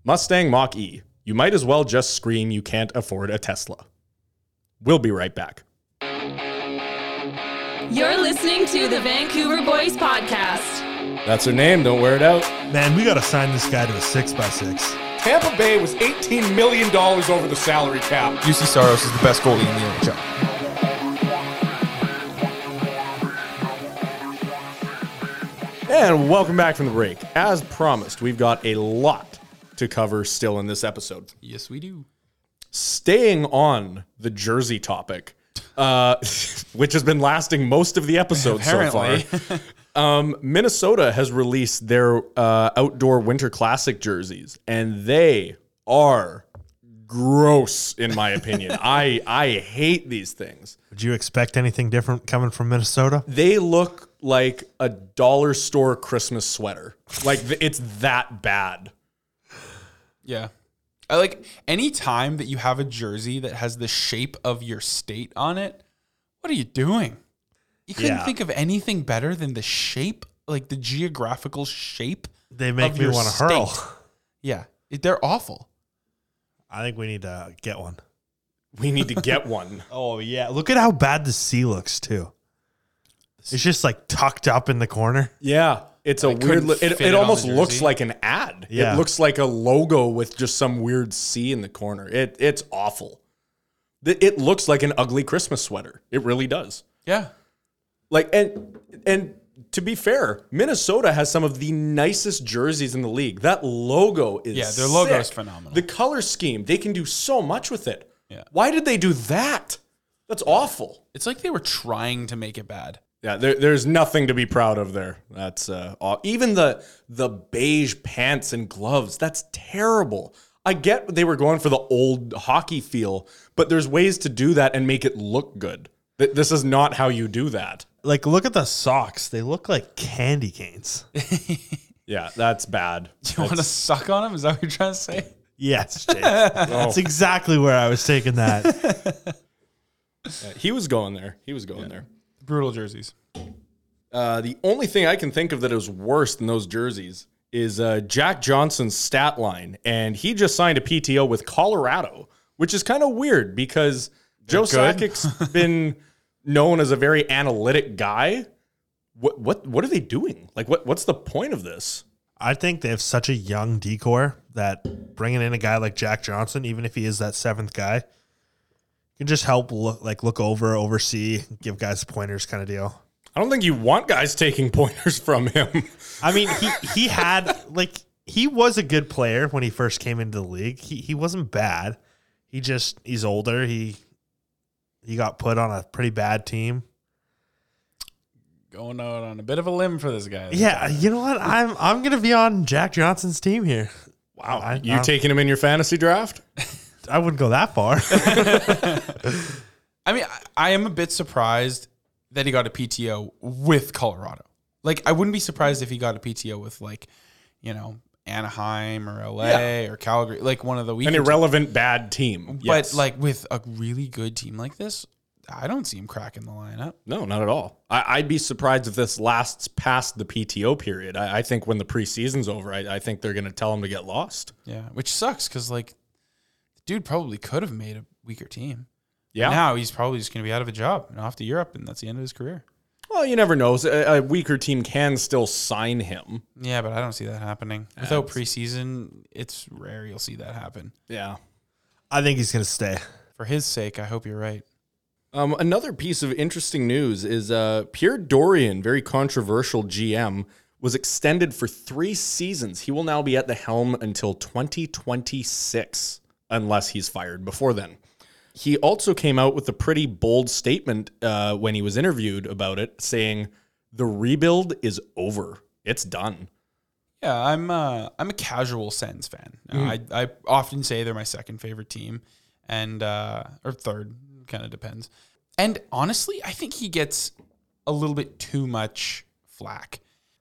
A: Mustang Mach E. You might as well just scream you can't afford a Tesla. We'll be right back.
E: You're listening to the Vancouver Boys Podcast.
A: That's her name. Don't wear it out.
C: Man, we got to sign this guy to a six by six.
A: Tampa Bay was $18 million over the salary cap.
B: UC Saros is the best goalie in the NHL.
A: And welcome back from the break. As promised, we've got a lot to cover still in this episode.
B: Yes, we do.
A: Staying on the jersey topic, uh, which has been lasting most of the episode so far. um,
B: Apparently.
A: Minnesota has released their uh, outdoor winter classic jerseys, and they are gross, in my opinion. I I hate these things.
C: Would you expect anything different coming from Minnesota?
A: They look like a dollar store Christmas sweater. Like th- it's that bad.
B: Yeah. I like any time that you have a jersey that has the shape of your state on it, what are you doing? You couldn't
C: Yeah.
B: think of anything better than the shape, like the geographical shape.
C: They make
B: Of
C: me
B: your
C: want to hurl.
B: state. Yeah. It- they're awful.
C: I think we need to get one.
A: We need to get one.
C: Oh yeah, look at how bad the sea looks too. It's just like tucked up in the corner.
A: Yeah. It's a
B: Like,
A: weird.
B: couldn't
A: Li- it
B: fit
A: it
B: it on
A: almost
B: the
A: looks
B: jersey.
A: like an ad.
C: Yeah.
A: It looks like a logo with just some weird C in the corner. It it's awful. Th- It looks like an ugly Christmas sweater. It really does.
B: Yeah.
A: Like and and to be fair, Minnesota has some of the nicest jerseys in the league. That logo is
B: Yeah, their logo is
A: sick.
B: phenomenal.
A: The color scheme, they can do so much with it.
B: Yeah.
A: Why did they do that? That's awful.
B: It's like they were trying to make it bad.
A: Yeah, there, there's nothing to be proud of there. That's uh, aw- even the the beige pants and gloves. That's terrible. I get they were going for the old hockey feel, but there's ways to do that and make it look good. Th- This is not how you do that.
C: Like look at the socks. They look like candy canes.
A: Yeah, that's bad.
B: Do you want to suck on them? Is that what you're trying to say?
C: Yes, Jake. That's exactly where I was taking that.
A: He was going there. He was going there.
B: Brutal jerseys.
A: Uh, the only thing I can think of that is worse than those jerseys is uh, Jack Johnson's stat line, and he just signed a PTO with Colorado, which is kind of weird because Joe Sakic's been known as a very analytic guy. What what what are they doing? Like what what's the point of this?
C: I think they have such a young decor that bringing in a guy like Jack Johnson, even if he is that seventh guy, can just help look like look over, oversee, give guys pointers, kind of deal.
A: I don't think you want guys taking pointers from him.
C: I mean, he he had like he was a good player when he first came into the league. He he wasn't bad. He just he's older. He he got put on a pretty bad team.
B: Going out on a bit of a limb for this guy.
C: Yeah, you know what? I'm I'm gonna be on Jack Johnson's team here.
A: Wow,
C: I-
A: you
C: I-
A: taking him in your fantasy draft?
C: I wouldn't go that far.
B: I mean, I, I am a bit surprised that he got a PTO with Colorado. Like I wouldn't be surprised if he got a PTO with like, you know, Anaheim or LA or Calgary, like one of the
A: An
B: weekend.
A: irrelevant bad team. Yes.
B: But like with a really good team like this, I don't see him cracking the lineup.
A: no, not at all. I, I'd be surprised if this lasts past the PTO period. I, I think when the preseason's over, I, I think they're going to tell him to get lost.
B: Yeah, which sucks because like, the dude probably could have made a weaker team.
A: Yeah.
B: Now he's probably just gonna be out of a job and off to Europe, and that's the end of his career.
A: Well, you never know. uh, A, a weaker team can still sign him.
B: Yeah, but I don't see that happening. Without preseason, it's rare you'll see that happen.
A: Yeah.
C: I think he's gonna stay.
B: For his sake, I hope you're right.
A: Um, another piece of interesting news is uh, Pierre Dorian, very controversial GM, was extended for three seasons. He will now be at the helm until 2026, unless he's fired before then. He also came out with a pretty bold statement uh, when he was interviewed about it, saying, The rebuild is over. It's done.
B: Yeah, I'm uh, I'm a casual Sens fan. Uh, I, I often say they're my second favorite team, and uh, or third, kind of depends. And honestly, I think he gets a little bit too much flack.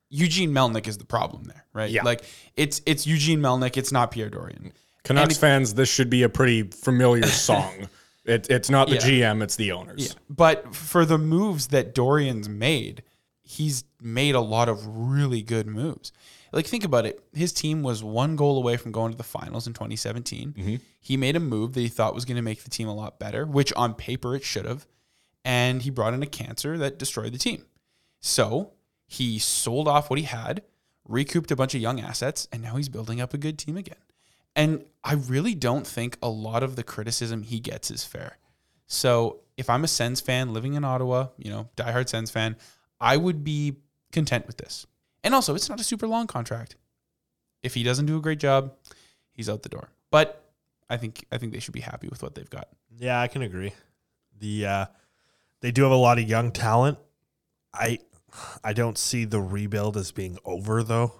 B: Eugene Melnick is the problem there, right?
A: Yeah.
B: Like it's it's Eugene Melnick. It's not Pierre Dorian.
A: Canucks
B: And if-
A: fans, this should be a pretty familiar song. it, it's not the
B: Yeah.
A: GM, it's the owners.
B: But for the moves that Dorian's made, he's made a lot of really good moves. Like think about it. His team was one goal away from going to the finals in 2017. He made a move that he thought was going to make the team a lot better, which on paper it should have. And he brought in a cancer that destroyed the team. So he sold off what he had, recouped a bunch of young assets, and now he's building up a good team again. And I really don't think a lot of the criticism he gets is fair. So if I'm a Sens fan living in Ottawa, you know, diehard Sens fan, I would be content with this. And also, it's not a super long contract. If he doesn't do a great job, he's out the door. But I think I think they should be happy with what they've got.
C: Yeah, I can agree. The uh, they do have a lot of young talent. I I don't see the rebuild as being over though,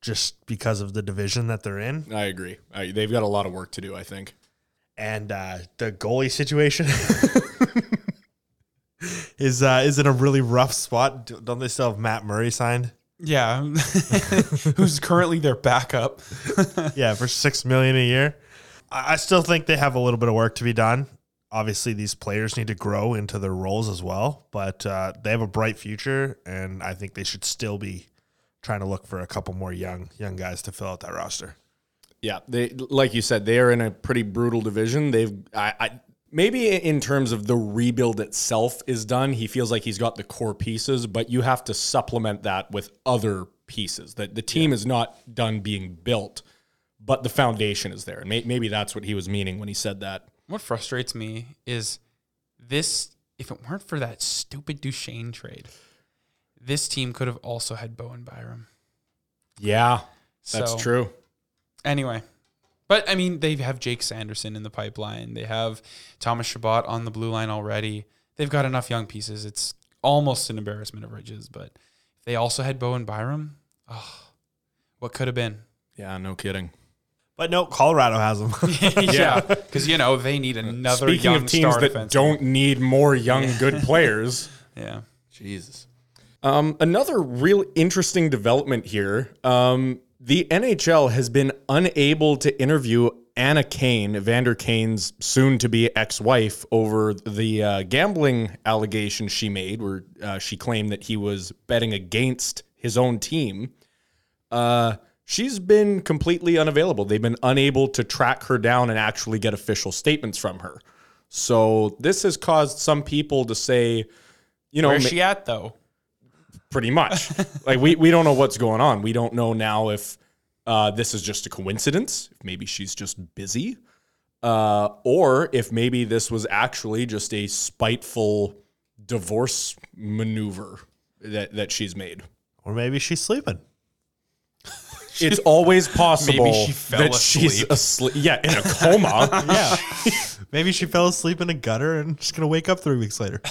C: just because of the division that they're in
A: I agree. I, they've got a lot of work to do, I think.
C: and uh, the goalie situation. Is uh is in a really rough spot. D- Don't they still have Matt Murray signed?
B: Yeah, who's currently their backup?
C: Yeah, for six million a year. I, I still think they have a little bit of work to be done. Obviously, these players need to grow into their roles as well, but uh, they have a bright future, and I think they should still be trying to look for a couple more young young guys to fill out that roster.
A: Yeah, they like you said, they are in a pretty brutal division. They've I, I maybe in terms of the rebuild itself is done. He feels like he's got the core pieces, but you have to supplement that with other pieces. That the team is not done being built, but the foundation is there, and may, maybe that's what he was meaning when he said that.
B: What frustrates me is this. If it weren't for that stupid Duchesne trade, this team could have also had Bowen Byram.
A: Yeah, that's
B: So-
A: true.
B: Anyway, but I mean, they have Jake Sanderson in the pipeline. They have Thomas Shabbat on the blue line already. They've got enough young pieces. It's almost an embarrassment of riches. But if they also had Bowen Byram, oh, what could have been?
A: Yeah, no kidding.
C: But no, Colorado has them.
B: yeah, because you know they need another
A: Speaking
B: young
A: of teams
B: star
A: that
B: defenseman.
A: don't need more young good players.
B: Yeah,
A: Jesus. Um, another real interesting development here. Um, the NHL has been unable to interview Anna Kane, Evander Kane's soon to be ex wife, over the uh, gambling allegation she made, where uh, she claimed that he was betting against his own team. Uh, she's been completely unavailable. They've been unable to track her down and actually get official statements from her. So this has caused some people to say, you know,
B: where's
A: ma-
B: she at though?
A: pretty much. like we we don't know what's going on. We don't know now if uh, this is just a coincidence. If maybe she's just busy, uh, or if maybe this was actually just a spiteful divorce maneuver that that she's made.
C: or maybe she's sleeping.
A: It's always possible
B: she fell
A: that she's
B: asleep.
A: asleep. Yeah, in a coma.
C: Yeah. maybe she fell asleep in a gutter and she's going to wake up three weeks later.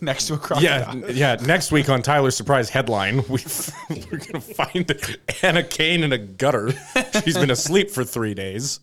B: Next to a
A: yeah,
B: crocodile.
A: n- yeah. Next week on Tyler's surprise headline, we we're gonna find Anna Kane in a gutter. She's been asleep for three days.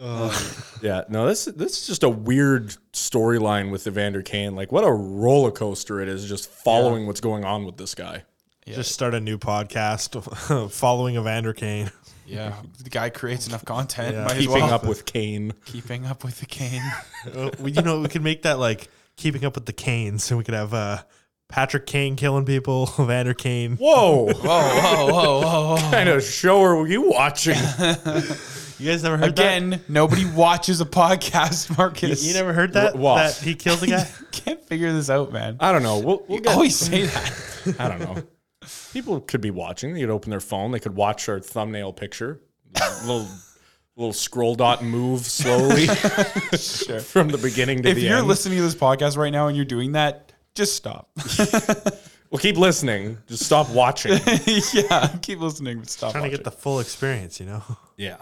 A: Yeah, no, this this is just a weird storyline with Evander Kane. Like, what a roller coaster it is, just following what's going on with this guy.
C: Just start a new podcast following Evander Kane.
B: Yeah, the guy creates enough content.
C: Yeah.
B: Might as
A: Keeping
B: well.
A: up with Kane.
B: keeping up with the cane.
C: Uh, we- you know, we could make that like keeping up with the Canes, and we could have uh, Patrick Kane killing people, Evander Kane.
A: Whoa,
B: Whoa, Oh, whoa, whoa, whoa, whoa!
A: what kind of show are you watching?
C: You guys never heard
B: Again, nobody watches a podcast,
C: that? You,
B: Marcus.
C: you never heard that?
A: W- wow.
C: That he killed a guy?
B: can't figure this out, man.
A: I don't know. We'll, we'll
B: You
A: get,
B: always say that.
A: I don't know. People could be watching. They could open their phone. They could watch our thumbnail picture. little little scroll dot move slowly from the beginning to
B: if
A: the
B: you're
A: end.
B: listening to this podcast right now and you're doing that, just stop.
A: well, keep listening. Just stop watching.
B: yeah, keep listening, but stop.
C: Trying to get
B: watching.
C: the full experience, you know?
A: Yeah.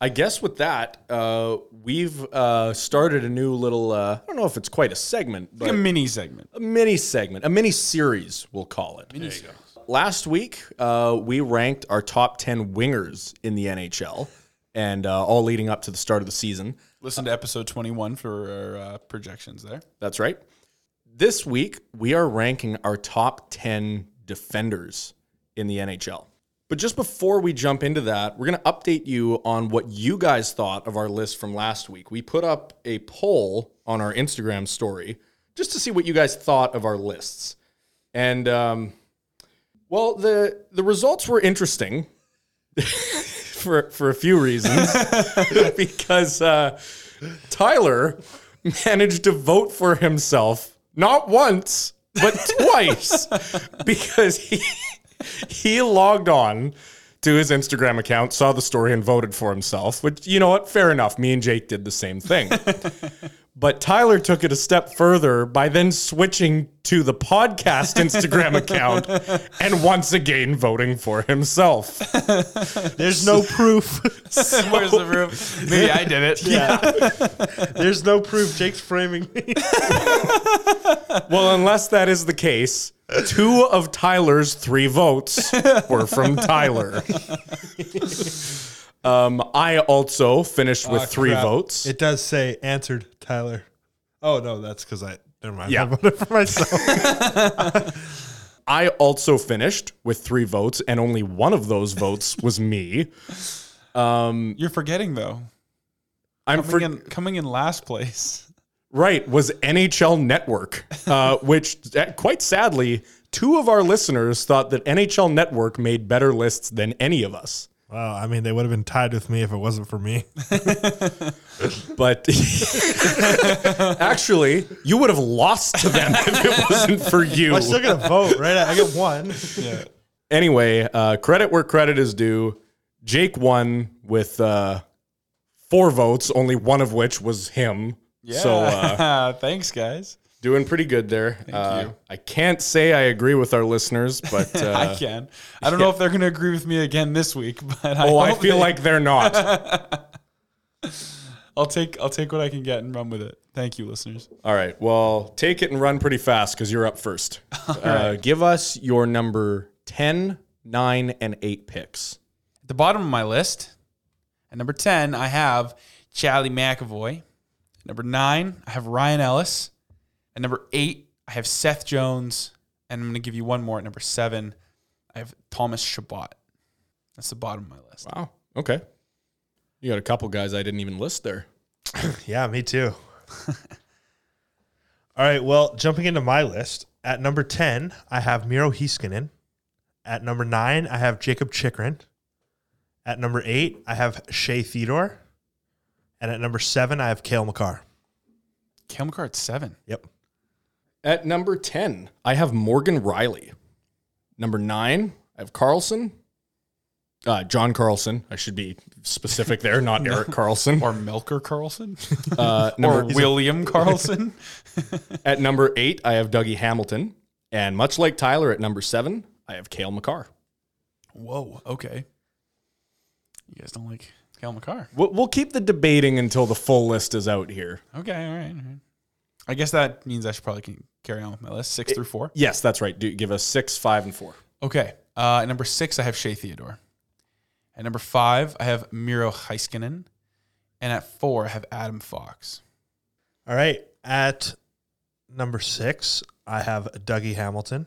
A: I guess with that, uh, we've uh, started a new little, uh, I don't know if it's quite a segment, but
B: Like a mini segment.
A: a mini segment, a mini series, we'll call it. There you go. Last week, uh, we ranked our top 10 wingers in the NHL and uh, all leading up to the start of the season.
B: Listen to episode 21 for our uh, projections there.
A: That's right. This week, we are ranking our top 10 defenders in the NHL. But just before we jump into that, we're going to update you on what you guys thought of our list from last week. We put up a poll on our Instagram story just to see what you guys thought of our lists. And, um, well, the, the results were interesting for, for a few reasons. because uh, Tyler managed to vote for himself not once but twice because he he logged on to his Instagram account, saw the story, and voted for himself. Which you know what, fair enough. Me and Jake did the same thing. But Tyler took it a step further by then switching to the podcast Instagram account and once again voting for himself.
C: There's no proof.
B: Where's the room? Maybe I did it.
C: There's no proof. Jake's framing me.
A: Well, unless that is the case, two of Tyler's three votes were from Tyler. um, I also finished
B: Ah,
A: with three votes.
C: It does say answered Tyler. Oh, no, that's because I. Never mind.
A: Yeah.
C: I voted for myself.
A: I also finished with three votes, and only one of those votes was me.
B: You're forgetting, though.
A: I'm
B: Coming,
A: for,
B: in, coming in last place.
A: right was NHL Network, uh, which eh, quite sadly, two of our listeners thought that NHL Network made better lists than any of us.
C: wow. I mean, they would have been tied with me if it wasn't for me.
A: but actually, you would have lost to them if it wasn't for you.
C: I'm still going to vote, right? I get one.
A: Anyway, uh, credit where credit is due. Jake won with uh, four votes, only one of which was him. So uh,
B: thanks, guys.
A: doing pretty good there. Thank
B: you.
A: I can't say I agree with our listeners, but uh,
B: I can. I don't know if they're going to agree with me again this week, but
A: oh,
B: I,
A: I
B: hope
A: feel
B: they-
A: like they're not.
B: I'll take I'll take what I can get and run with it. Thank you, listeners.
A: All right, well, take it and run pretty fast because you're up first. Uh, give us your number 10, 9, and 8 picks.
B: At the bottom of my list, at number ten, I have Charlie McAvoy. At number nine, I have Ryan Ellis. At number eight, I have Seth Jones, and I'm going to give you one more. At number seven, I have Thomas Shabbat. That's the bottom of my list.
A: Wow. Okay. You got a couple guys I didn't even list there.
C: Yeah, me too. All right, well, jumping into my list, at number 10, I have Miro Heiskanen. At number 9, I have Jacob Chikrin. At number 8, I have Shea Theodore. And at number 7, I have Kale McCarr.
B: Kale McCarr at seven.
C: Yep.
A: At number 10, I have Morgan Riley. Number nine, I have Carlson. Uh, John Carlson. I should be specific there, not Eric Carlson.
B: Or Milker Carlson.
A: Uh,
B: or
A: number,
B: William Carlson.
A: at number eight, I have Dougie Hamilton. And much like Tyler at number seven, I have Kale McCarr.
B: Whoa. Okay. You guys don't like Kale McCarr.
A: We'll, we'll keep the debating until the full list is out here.
B: Okay. All right. All right. I guess that means I should probably can carry on with my list six through four.
A: Yes, that's right. Do, give us six, five, and four.
B: Okay. Uh, at number six, I have Shea Theodore. At number five, I have Miro Heiskanen. And at four, I have Adam Fox.
C: All right. At number six, I have Dougie Hamilton.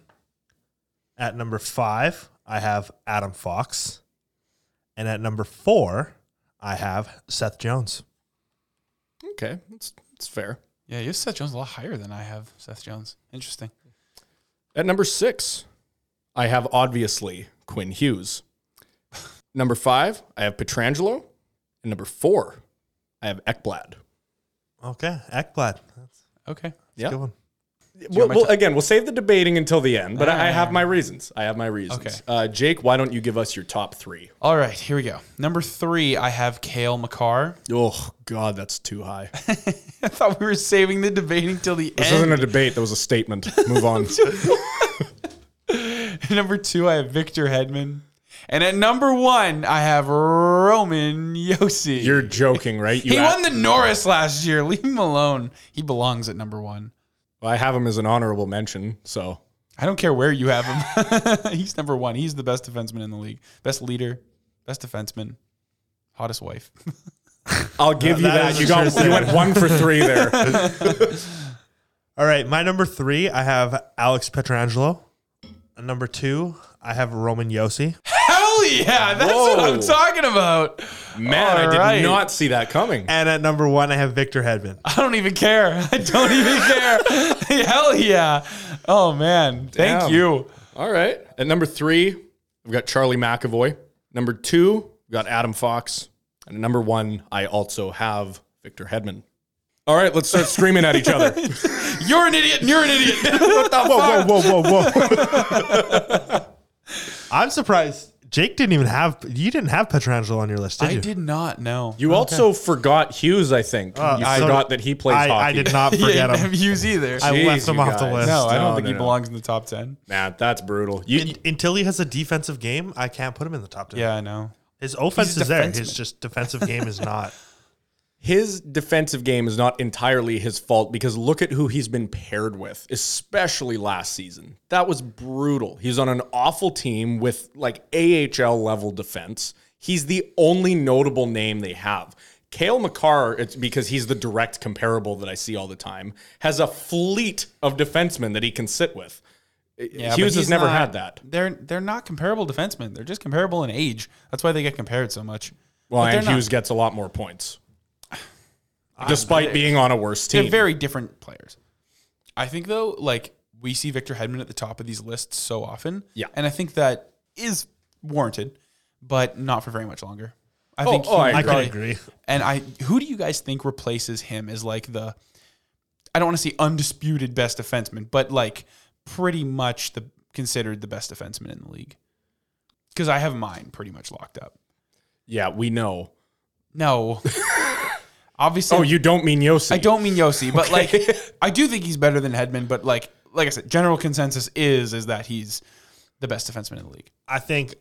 C: At number five, I have Adam Fox. And at number four, I have Seth Jones.
A: Okay, that's, that's fair.
B: Yeah, you have Seth Jones a lot higher than I have Seth Jones. Interesting.
A: At number six, I have obviously Quinn Hughes. Number five, I have Petrangelo. And number four, I have Ekblad.
C: Okay. Ekblad. That's
B: Okay.
C: a
A: Yeah.
C: good one.
A: Well,
B: my
A: well,
B: ti-
A: again, we'll save the debating until the end, but I, I have my reasons. I have my reasons.
B: Okay.
A: Uh, Jake, why don't you give us your top three?
B: All right, here we go. Number three, I have Kale McCarr.
A: Oh, God, that's too high.
B: I thought we were saving the debating till the
A: This
B: end.
A: wasn't a debate. That was a statement. Move on.
B: number two, I have Victor Hedman. And at number one, I have Roman Yossi.
A: You're joking, right? You
B: he
A: a-
B: won the Norris last year. Leave him alone. He belongs at number one.
A: I have him as an honorable mention, so
B: I don't care where you have him. He's number one. He's the best defenseman in the league. Best leader, best defenseman, hottest wife.
A: I'll give you
C: that
A: that.
C: is
A: You,
C: a
A: got,
C: sure
A: you went one for three there.
C: All right. My number three, I have Alex Petrangelo. At number two, I have Roman Yossi.
B: Hell yeah. That's what I'm
A: Whoa.
B: talking about.
A: Man, I
B: All
A: did
B: right.
A: not see that coming.
C: And at number one, I have Victor Hedman.
B: I don't even care. I don't even care. Hell yeah. Oh, man. Thank
A: Damn.
B: you.
A: All right. At number three, we've got Charlie McAvoy. Number two, we've got Adam Fox. And at number one, I also have Victor Hedman. All right, let's start screaming at each other.
B: You're an idiot. And you're an idiot.
A: whoa, whoa, whoa, whoa, whoa.
C: I'm surprised Jake didn't even have, you didn't have Petrangelo on your list, did
B: I
C: you?
B: did not know.
A: You also forgot Hughes, I think. you
C: I-
A: forgot that he plays
C: Uh, I,
A: hockey.
C: I did not
B: You
C: forget
B: didn't
C: him.
B: have Hughes either.
C: I
A: Jeez,
C: left him
A: you
C: off the
A: guys.
C: list.
B: no, I don't
A: No,
B: think
A: no,
B: he
A: no.
B: belongs in the top 10.
A: Nah, that's brutal. You,
C: In- until he has a defensive game, I can't put him in the top ten.
B: Yeah, I know.
C: His offense
B: He's a
C: is there.
B: defenseman.
C: His just defensive game is not.
A: his defensive game is not entirely his fault because look at who he's been paired with, especially last season. That was brutal. He's on an awful team with like AHL level defense. He's the only notable name they have. Kale McCarr, it's because he's the direct comparable that I see all the time, has a fleet of defensemen that he can sit with.
B: Yeah,
A: Hughes
B: but
A: has
B: he's
A: never
B: not-
A: had that.
B: They're they're not comparable defensemen. They're just comparable in age. That's why they get compared so much.
A: Well,
B: But they're
A: and
B: not-
A: Hughes gets a lot more points, despite being on a worse team.
B: They're very different players. I think though, like we see Victor Hedman at the top of these lists so often.
A: Yeah.
B: and I think that is warranted, but not for very much longer. I think
A: oh, I
C: I can
A: Right.
C: agree.
B: And I, who do you guys think replaces him as like the, I don't want to say undisputed best defenseman, but like pretty much the considered the best defenseman in the league. Because I have mine pretty much locked up.
A: yeah, we know.
B: No, obviously.
A: Oh, you don't mean Yossi.
B: I don't mean Yossi, but like I do think he's better than Hedman. But like, like I said, general consensus is is that he's the best defenseman in the league.
C: I think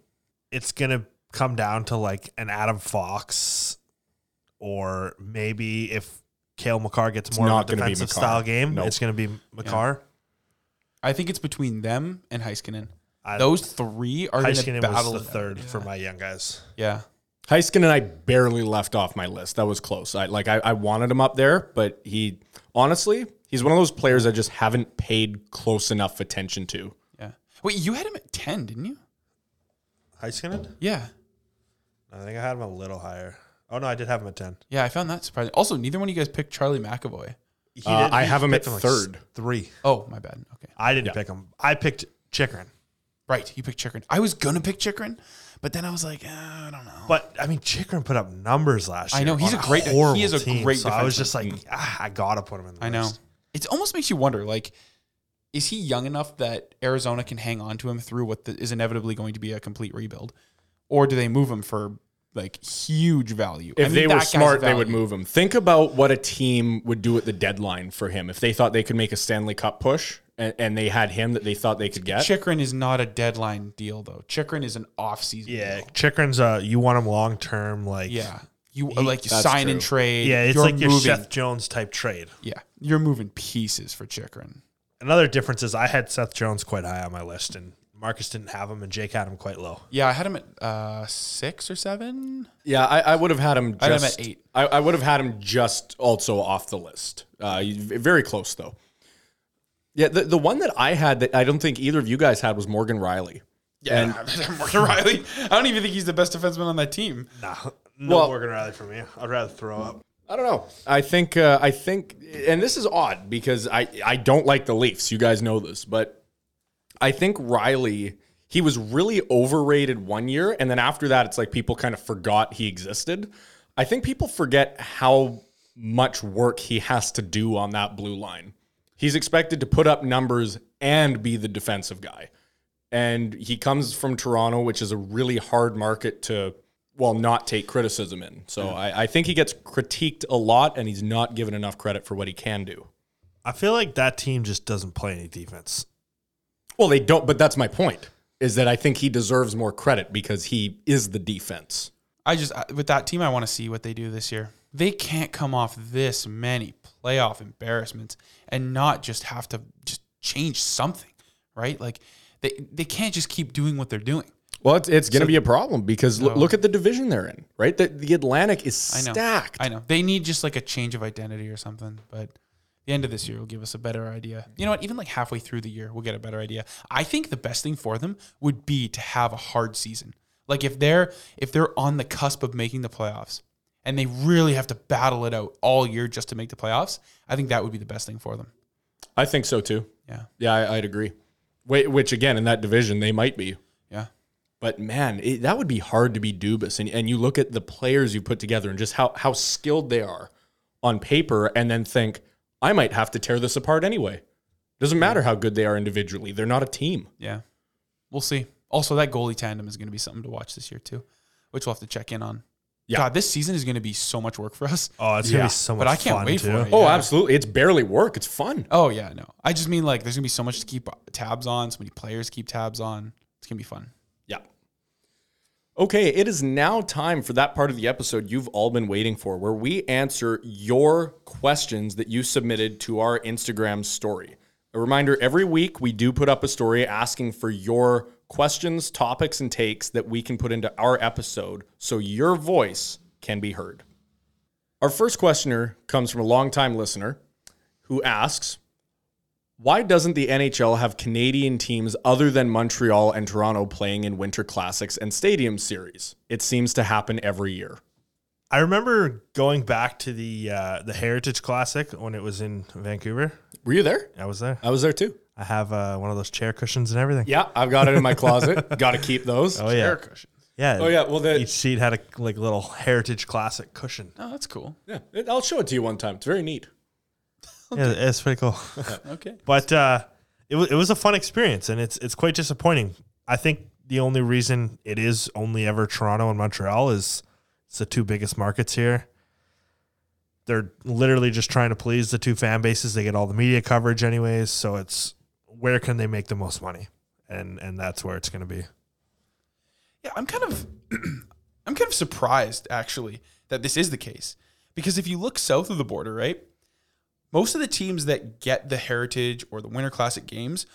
C: it's gonna come down to like an Adam Fox, or maybe if Kale McCarr gets more
A: not
C: of a
A: gonna be
C: defensive
A: McCarr.
C: style game,
A: Nope.
C: it's gonna be McCarr.
B: I think it's between them and Heiskanen.
C: I-
B: Those three are going to
C: Heiskanen
B: battle
C: was the
B: it out.
C: third for my young guys.
B: Yeah.
A: Heiskin and I barely left off my list. That was close. I like I, I wanted him up there, but he honestly, he's one of those players I just haven't paid close enough attention to.
B: Yeah. Wait, you had him at 10, didn't you?
C: Heiskanen?
B: Yeah.
C: I think I had him a little higher. Oh no, I did have him at ten.
B: Yeah, I found that surprising. Also, neither one of you guys picked Charlie McAvoy.
C: He
A: Uh,
C: did-
A: I
C: he
A: have him
C: picked
A: at third.
C: s- three.
B: Oh, my bad. Okay.
C: I didn't pick him. I picked Chikrin.
B: Right. You picked Chikrin. I was going to pick Chikrin, but then I was like, uh, I don't know.
C: But I mean, Chikrin put up numbers last
B: I
C: year.
B: know, he's
C: on
B: a great- he
C: horrible
B: is a
C: team,
B: great
C: So I was
B: defenseman.
C: just like, ah, I gotta put him in. the
B: I know.
C: list."
B: It almost makes you wonder like, is he young enough that Arizona can hang on to him through what the, is inevitably going to be a complete rebuild? Or do they move him for like huge value? I
A: If
B: mean,
A: they
B: that
A: were
B: guy's
A: smart, they would
B: value.
A: move him. Think about what a team would do at the deadline for him if they thought they could make a Stanley Cup push and, and they had him that they thought they could get.
B: Chikrin is not a deadline deal, though. Chikrin is an offseason
C: Yeah,
B: deal.
C: Chikrin's uh, you want him long term, like
B: Yeah. You like you
A: That's
B: sign and
A: true.
B: trade.
C: yeah. It's
B: you're
C: like your
B: moving-
C: Seth Jones type trade.
B: Yeah, you're moving pieces for Chikrin.
C: Another difference is I had Seth Jones quite high on my list, and Marcus didn't have him, and Jake had him quite low.
B: Yeah, I had him at uh, six or seven.
A: Yeah, I, I would have had him. Just,
B: I had him at eight.
A: I, I would have had him just also off the list. Uh, you- very close though. Yeah, the, the one that I had that I don't think either of you guys had was Morgan Riley.
B: Yeah, Morgan Riley. I don't even think he's the best defenseman on that team.
C: Nah, no
A: Well-
C: Morgan Riley for me. I'd rather throw up.
A: I don't know. I think uh, I think, and this is odd because I I don't like the Leafs. You guys know this, but I think Riley he was really overrated one year, and then after that, it's like people kind of forgot he existed. I think people forget how much work he has to do on that blue line. He's expected to put up numbers and be the defensive guy and he comes from Toronto, which is a really hard market to well not take criticism in. So I, I think he gets critiqued a lot, and he's not given enough credit for what he can do.
C: I feel like that team just doesn't play any defense.
A: Well, they don't, but that's my point. Is that I think he deserves more credit because he is the defense.
B: I just I, with that team, I want to see what they do this year. They can't come off this many playoff embarrassments and not just have to just change something, right? Like they they can't just keep doing what they're doing.
A: Well, it's, it's going to be a problem because
B: No.
A: l- look at the division they're in, right? The, the Atlantic is
B: I know.
A: stacked.
B: I know they need just like a change of identity or something, but. The end of this year will give us a better idea. You know what? Even like halfway through the year, we'll get a better idea. I think the best thing for them would be to have a hard season. Like if they're if they're on the cusp of making the playoffs and they really have to battle it out all year just to make the playoffs, I think that would be the best thing for them.
A: I think so too.
B: Yeah.
A: Yeah, I, I'd agree. Wait, which again, in that division, they might be.
B: Yeah.
A: But man, it, that would be hard to be Dubas. And, and you look at the players you put together and just how, how skilled they are on paper, and then think, I might have to tear this apart anyway. Doesn't matter how good they are individually, they're not a team.
B: Yeah. We'll see. Also, that goalie tandem is going to be something to watch this year too, which we'll have to check in on.
A: Yeah.
B: God, this season is going to be so much work for us.
C: Oh, it's
A: Yeah,
C: gonna be so much
B: but I can't
C: fun,
B: wait
C: too.
B: for it.
A: Oh,
B: Yeah.
A: absolutely. It's barely work, it's fun.
B: Oh yeah, no. I just mean like there's gonna be so much to keep tabs on, so many players to keep tabs on. It's gonna be fun.
A: Yeah. Okay, it is now time for that part of the episode you've all been waiting for, where we answer your questions that you submitted to our Instagram story. A reminder every week we do put up a story asking for your questions, topics, and takes that we can put into our episode so your voice can be heard. Our first questioner comes from a longtime listener who asks, why doesn't the NHL have Canadian teams other than Montreal and Toronto playing in Winter Classics and Stadium Series? It seems to happen every year.
C: I remember going back to the uh, the Heritage Classic when it was in Vancouver.
A: Were you there?
C: I was there.
A: I was there too.
C: I have uh, one of those chair cushions and everything.
A: Yeah, I've got it in my closet. got to keep those.
C: Oh yeah. Yeah.
A: Oh, yeah, well, the-
C: each seat had a like little Heritage Classic cushion.
B: Oh, that's cool.
A: yeah. It- I'll show it to you one time. It's very neat.
C: Yeah, it's pretty cool.
B: Okay.
C: but uh, it was it was a fun experience, and it's it's quite disappointing. I think the only reason it is only ever Toronto and Montreal is it's the two biggest markets here. They're literally just trying to please the two fan bases. They get all the media coverage, anyways. So it's where can they make the most money, and and that's where it's going to be.
B: Yeah, I'm kind of I'm kind of surprised actually that this is the case. Because if you look south of the border, right? Most of the teams that get the heritage or the winter classic games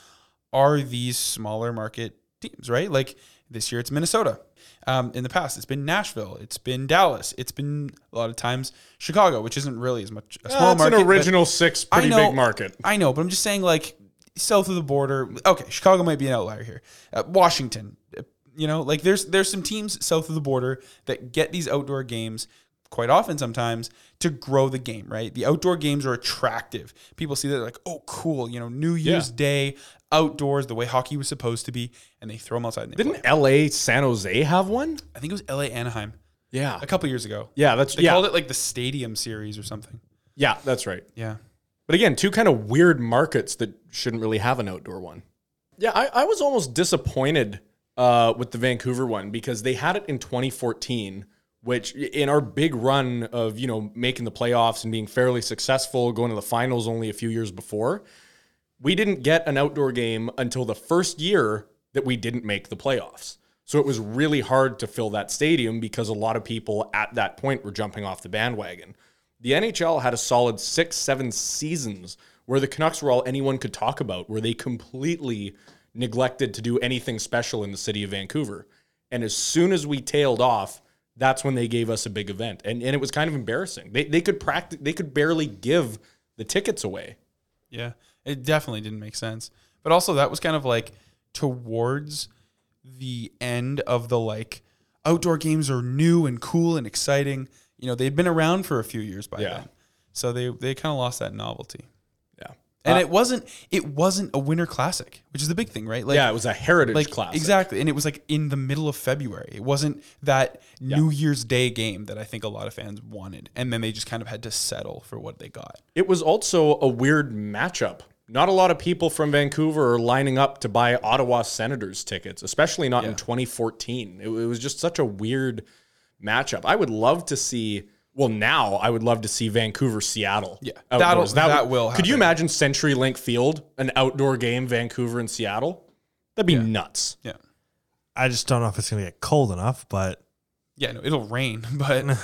B: are these smaller market teams, right? Like this year it's Minnesota. Um, in the past, it's been Nashville, it's been Dallas, it's been a lot of times Chicago, which isn't really as much a small
A: That's
B: market.
A: an
B: but-
A: original six, pretty
B: I know,
A: big market.
B: I know, but I'm just saying, like south of the border. Okay, Chicago might be an outlier here. Uh, Washington, uh, you know, like there's there's some teams south of the border that get these outdoor games quite often sometimes to grow the game. Right, the outdoor games are attractive. People see that like, oh, cool, you know, New Year's Day outdoors, the way hockey was supposed to be, and they throw them outside. And they play.
A: Didn't LA San Jose have one?
B: I think it was L.A. Anaheim
A: Yeah.
B: a couple years ago.
A: Yeah, that's
B: They
A: yeah.
B: called it like the Stadium Series or something.
A: yeah, that's right.
B: Yeah.
A: But again, two kind of weird markets that shouldn't really have an outdoor one. Yeah, I, I was almost disappointed uh, with the Vancouver one because they had it in 2014, which in our big run of you know making the playoffs and being fairly successful, going to the finals only a few years before, we didn't get an outdoor game until the first year that we didn't make the playoffs. So it was really hard to fill that stadium because a lot of people at that point were jumping off the bandwagon. The NHL had a solid six, seven seasons where the Canucks were all anyone could talk about, where they completely neglected to do anything special in the city of Vancouver. And as soon as we tailed off, that's when they gave us a big event. And and it was kind of embarrassing. They they could practice they could barely give the tickets away.
B: Yeah, it definitely didn't make sense. But also, that was kind of like towards the end of the like outdoor games are new and cool and exciting. You know, they'd been around for a few years by
A: Yeah.
B: then, so they they kind of lost that novelty.
A: Yeah.
B: And it wasn't it wasn't a winter classic, which is the big thing, right? Like,
A: Yeah, it was a heritage
B: like
A: class.
B: exactly, and it was like in the middle of February. It wasn't that New Year's Day game that I think a lot of fans wanted, and then they just kind of had to settle for what they got.
A: It was also a weird matchup. Not a lot of people from Vancouver are lining up to buy Ottawa Senators tickets, especially not in 2014. It, it was just such a weird matchup. I would love to see. Well, now I would love to see Vancouver Seattle.
B: Yeah.
A: outdoors.
B: That'll- that
A: would-
B: will
A: Could you
B: happen.
A: imagine CenturyLink Field, an outdoor game, Vancouver and Seattle? That'd be nuts.
B: Yeah.
C: I just don't know if it's gonna get cold enough, but
B: Yeah, no, it'll rain, but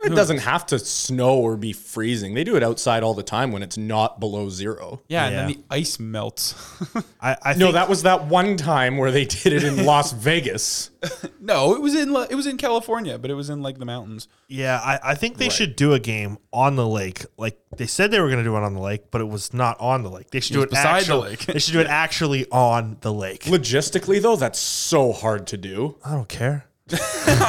A: It doesn't have to snow or be freezing. They do it outside all the time when it's not below zero.
B: yeah, and then
C: Yeah.
B: the ice melts.
C: I, I
A: No,
C: think-
A: that was that one time where they did it in Las Vegas.
B: no, it was in La- it was in California, but it was in like the mountains.
C: yeah, I, I think they should do a game on the lake. Like they said they were gonna do it on the lake, but it was not on the lake. They should
B: It
C: do
B: was
C: it
B: beside the
C: actual-
B: lake.
C: they should do it actually on the lake.
A: Logistically, though, that's so hard to do.
C: I don't care.
B: Does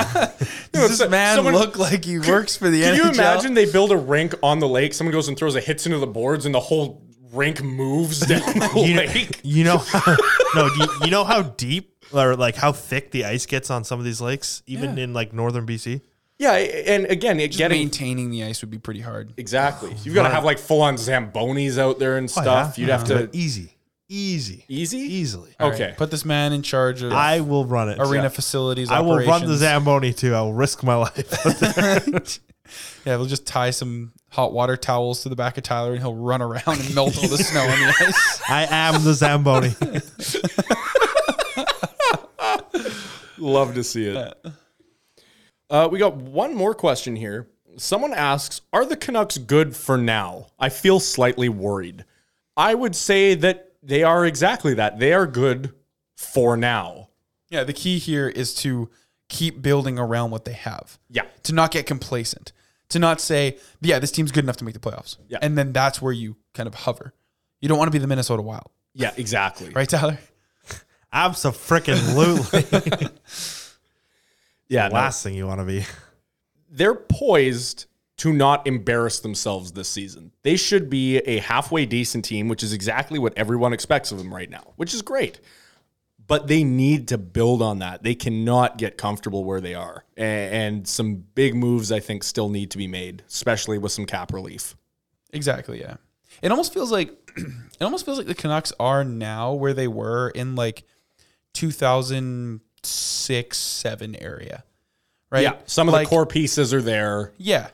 B: this
A: so-
B: man
A: someone-
B: look like he works for the
A: Can
B: NHL?
A: you imagine they build a rink on the lake? Someone goes and throws a hits into the boards, and the whole rink moves down the
C: You know,
A: lake.
C: you know how, no, you, you know how deep or like how thick the ice gets on some of these lakes, even in like northern BC.
A: Yeah, and again, it
B: Just
A: getting
B: maintaining the ice would be pretty hard.
A: exactly. You've got to have like full on zambonis out there
B: Oh,
A: and stuff. You'd have
B: Mm-hmm.
A: to
C: Oh, easy, easy,
A: easy,
C: easily.
B: All
A: Okay.
B: put this man in charge of
C: I will run it.
B: arena facilities.
C: I will run the
B: operations.
C: Zamboni too. I will risk my life.
B: Yeah, we'll just tie some hot water towels to the back of Tyler, and he'll run around and melt all the snow on the ice.
C: I am the Zamboni.
A: Love to see it. Uh, we got one more question here. Someone asks, "Are the Canucks good for now?" I feel slightly worried. I would say that they are exactly that. They are good for now.
B: Yeah, the key here is to keep building around what they have.
A: Yeah.
B: to not get complacent, to not say, yeah, this team's good enough to make the playoffs.
A: Yeah.
B: And then that's where you kind of hover. You don't want to be the Minnesota Wild,
A: Yeah, exactly.
B: right, Tyler?
C: I'm so freaking loot.
A: Yeah, no.
C: Last thing you want to be.
A: they're poised to not embarrass themselves this season. They should be a halfway decent team, which is exactly what everyone expects of them right now, which is great. But they need to build on that. They cannot get comfortable where they are. A- And some big moves, I think, still need to be made, especially with some cap relief.
B: Exactly, yeah. It almost feels like it almost feels like the Canucks are now where they were in like 2006, 7 area. Right?
A: Yeah, some of
B: Like-
A: the core pieces are there.
B: Yeah.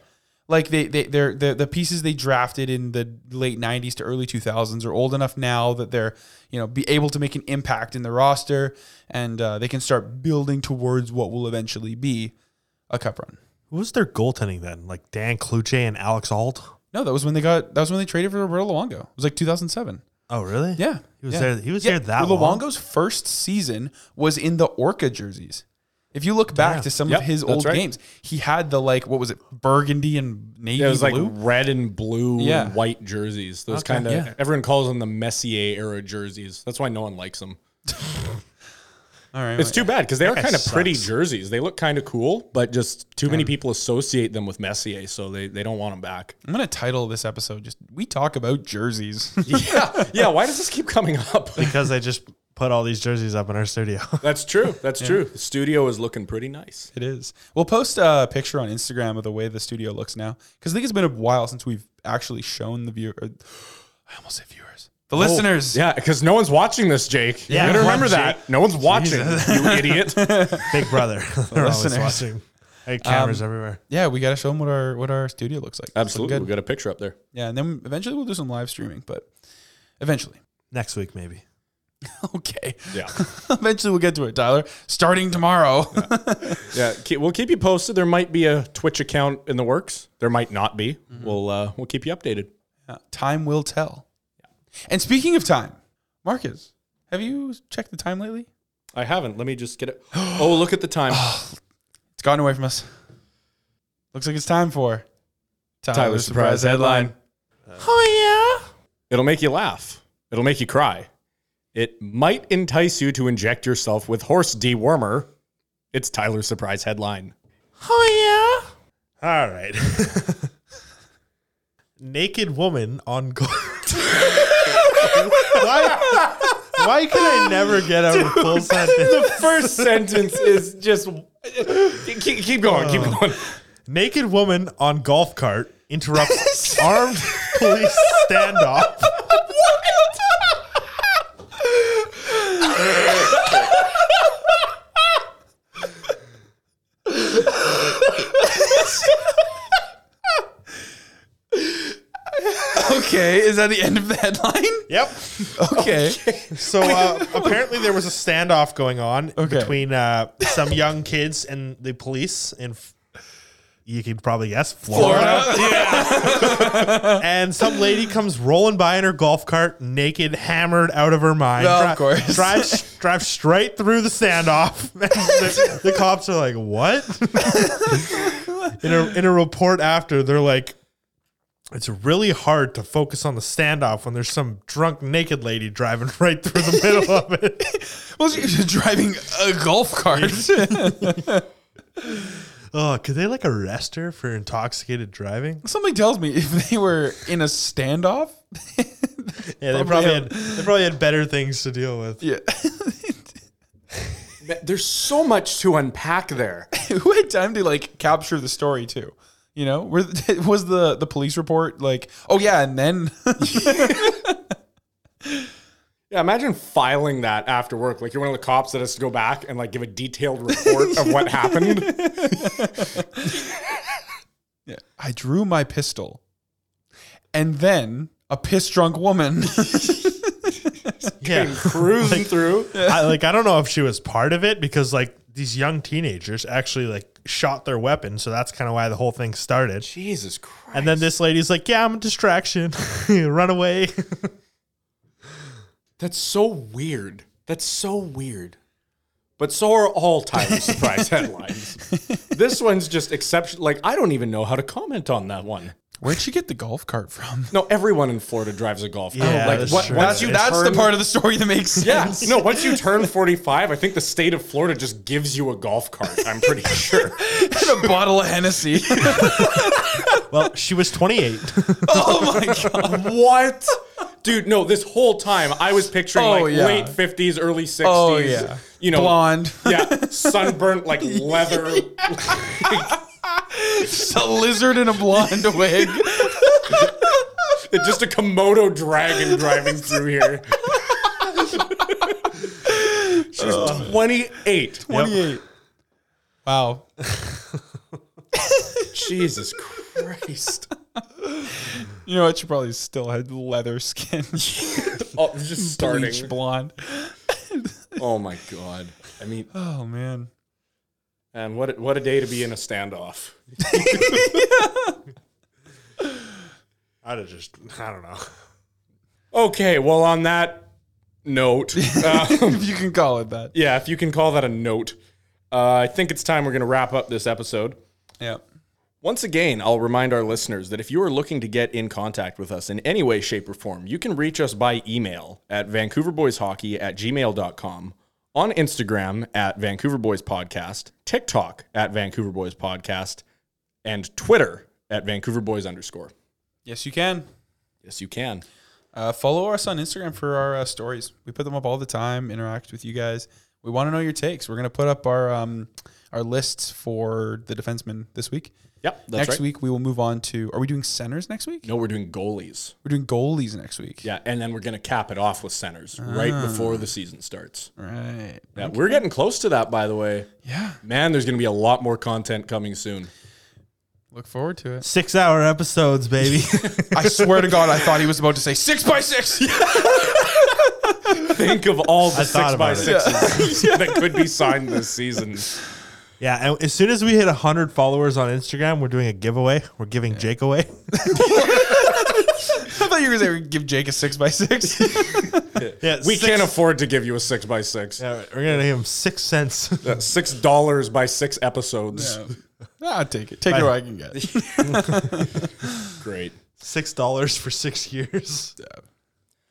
B: Like they they they're, they the pieces they drafted in the late 90s to early 2000s are old enough now that they're, you know, be able to make an impact in the roster and uh, they can start building towards what will eventually be a cup run.
C: Who was their goaltending then? Like Dan Kluche and Alex Alt.
B: No, that was when they got that was when they traded for Roberto Luongo. It was like 2007.
C: Oh really?
B: Yeah.
C: He was
B: yeah.
C: there. He was
B: Yeah,
C: there that long.
B: Luongo's first season was in the Orca jerseys. If you look back
C: Damn.
B: to some
A: Yep,
B: of his
A: that's
B: old
A: right.
B: games, he had the like what was it? burgundy and navy
A: It was like
B: blue.
A: red and blue
B: Yeah.
A: and white jerseys. Those
C: Okay.
A: kind of,
B: Yeah.
A: everyone calls them the Messier era jerseys. That's why no one likes them.
B: All right.
A: It's too bad because they are
C: guy
A: kind of pretty
C: sucks.
A: jerseys. They look kind of cool, but just too many people associate them with Messier, so they, they don't want them back.
B: I'm gonna title this episode just "We Talk About Jerseys."
A: yeah, yeah. Why does this keep coming up?
C: because I just put all these jerseys up in our studio.
A: That's true. That's true. The studio is looking pretty nice.
B: it is. We'll post a picture on Instagram of the way the studio looks now, because I think it's been a while since we've actually shown the viewer. or- I almost said viewers, the listeners.
A: Oh, Yeah, because no one's watching this, Jake.
C: Yeah,
A: you gotta
C: come on,
A: remember that.
C: Jake.
A: No one's watching.
C: Jesus.
A: You idiot.
C: Big Brother. They're always
B: Listeners. Um,
C: watching. I had cameras everywhere.
B: Yeah, we gotta show them what our what our studio looks like. It's looking
A: Absolutely. We
B: good.
A: got a picture up there.
B: Yeah, and then eventually we'll do some live streaming, but eventually,
C: Next week maybe.
B: okay,
A: Yeah,
B: eventually we'll get to it, Tyler. Starting tomorrow.
A: yeah. Ke- We'll keep you posted. There might be a Twitch account in the works. There might not be. We'll uh, we'll keep you updated.
B: Uh, time will tell. And speaking of time, Marcus, Have you checked the time lately?
A: I haven't. Let me just get it. Oh, look at the time.
B: It's gotten away from us. Looks like it's time for
A: Uh,
B: Tyler's, Oh yeah.
A: It'll make you laugh. It'll make you cry. It might entice you to inject yourself with horse dewormer. It's Tyler's surprise headline.
B: Oh yeah.
C: All right. Naked woman on guard. why, why can I never get a full sentence?
A: First sentence is just keep, keep going, keep
B: Uh.
A: going.
C: Naked woman on golf cart interrupts armed police standoff.
B: Okay, is that the end of the headline?
C: Yep.
B: Okay.
C: So uh, apparently there was a standoff going on
B: Okay.
C: between uh, some young kids and the police in, f- you can probably guess, Florida. and some lady comes rolling by in her golf cart, naked, hammered out of her mind.
B: Well, of
C: Dri-
B: course.
C: drives drives straight through the standoff. the, the cops are like, "What?" in a in a report after, they're like. It's really hard to focus on the standoff when there's some drunk naked lady driving right through the middle of it.
B: Well, she's driving a golf cart.
C: Oh, could they like arrest her for intoxicated driving?
B: Something tells me if they were in a standoff.
C: Yeah, they probably
B: Probably
C: had, they probably had better things to deal with.
B: Yeah.
A: There's so much to unpack there.
B: Who had time to like capture the story too? You know, were, was the the police report like, oh yeah, and then
A: Yeah, imagine filing that after work. Like you're one of the cops that has to go back and like give a detailed report of what happened.
B: I drew my pistol, and then a piss drunk woman.
C: Yeah.
A: Cruising through.
C: I, like I don't know if she was part of it because like these young teenagers actually like shot their weapon, so that's kind of why the whole thing started.
A: Jesus Christ.
C: And then this lady's like, "Yeah, I'm a distraction. Run away."
A: That's so weird. That's so weird. But so are all Tyler surprise headlines. This one's just exception. Like I don't even know how to comment on that one.
B: Where'd she get the golf cart from?
A: No, everyone in Florida drives a golf cart.
C: Yeah,
A: like
C: that's
A: what,
C: true.
A: once you
B: That's
A: turn-
B: the part of the story that makes sense.
A: Yeah, no. Once you turn forty-five, I think the state of Florida just gives you a golf cart. I'm pretty sure.
B: And a bottle of Hennessy.
C: well, she was 28.
B: oh my god.
A: What? Dude, no, this whole time I was picturing
B: Oh,
A: like
B: yeah.
A: late 50s, early 60s.
B: Oh, yeah.
A: You know,
B: Blonde.
A: Yeah, sunburnt, like leather.
B: Just a lizard in a blonde wig.
A: just a Komodo dragon driving through here. She's 28.
B: Wow.
A: Jesus Christ.
B: You know what? She probably still had leather skin.
A: Oh, just
B: Bleach
A: starting.
B: blonde.
A: Oh my God. I mean,
B: Oh man.
A: and what, a- what a day to be in a standoff.
C: I'd have just, I don't know.
A: Okay, well, on that note. um,
B: If you can call it that.
A: Yeah, if you can call that a note. Uh, I think it's time we're going to wrap up this episode.
B: Yeah.
A: Once again, I'll remind our listeners that if you are looking to get in contact with us in any way, shape, or form, you can reach us by email at vancouverboyshockey at gmail.com, on Instagram at Vancouver Boys Podcast, TikTok at Vancouver Boys Podcast, and Twitter at Vancouver Boys underscore.
B: Yes, you can.
A: Yes, you can.
B: Uh, follow us on Instagram for our uh, stories. We put them up all the time. Interact with you guys. We want to know your takes. We're gonna put up our um, our lists for the defensemen this week.
A: Yep, that's
B: next
A: right.
B: week we will move on to. Are we doing centers next week?
A: No, we're doing goalies.
B: We're doing goalies next week.
A: Yeah, and then we're going to cap it off with centers right before the season starts.
B: Right.
A: Yeah, we're getting close to that, by the way.
B: Yeah.
A: Man, there's going to be a lot more content coming soon.
B: Look forward to it.
C: Six hour episodes, baby.
B: I swear to God, I thought he was about to say six by six.
A: Think of all the
C: thought
A: six by
C: about it.
A: sixes that could be signed this season.
C: yeah. And as soon as we hit 100 followers on Instagram, we're doing a giveaway. We're giving Jake away.
B: thought you were going to give Jake a six by six.
C: Yeah,
A: We
C: six-
A: can can't afford to give you a six by six.
C: Yeah, we're gonna give him six cents.
A: That's Six dollars by six episodes.
B: I'll take it. Take it where I can get.
A: Great.
C: six dollars for six years.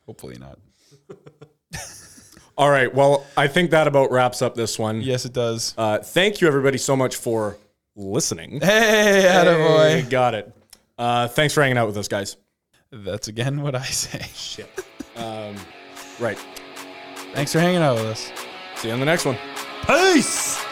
F: Hopefully not.
A: All right. Well, I think that about wraps up this one.
B: Yes, it does.
A: Uh, thank you, everybody, so much for listening.
B: Hey,
A: Hey,
B: attaboy.
A: got it. Uh, thanks for hanging out with us, guys.
F: That's again what I say.
A: Shit. Um, right.
F: Thanks for hanging out with us.
A: See you on the next one.
C: Peace.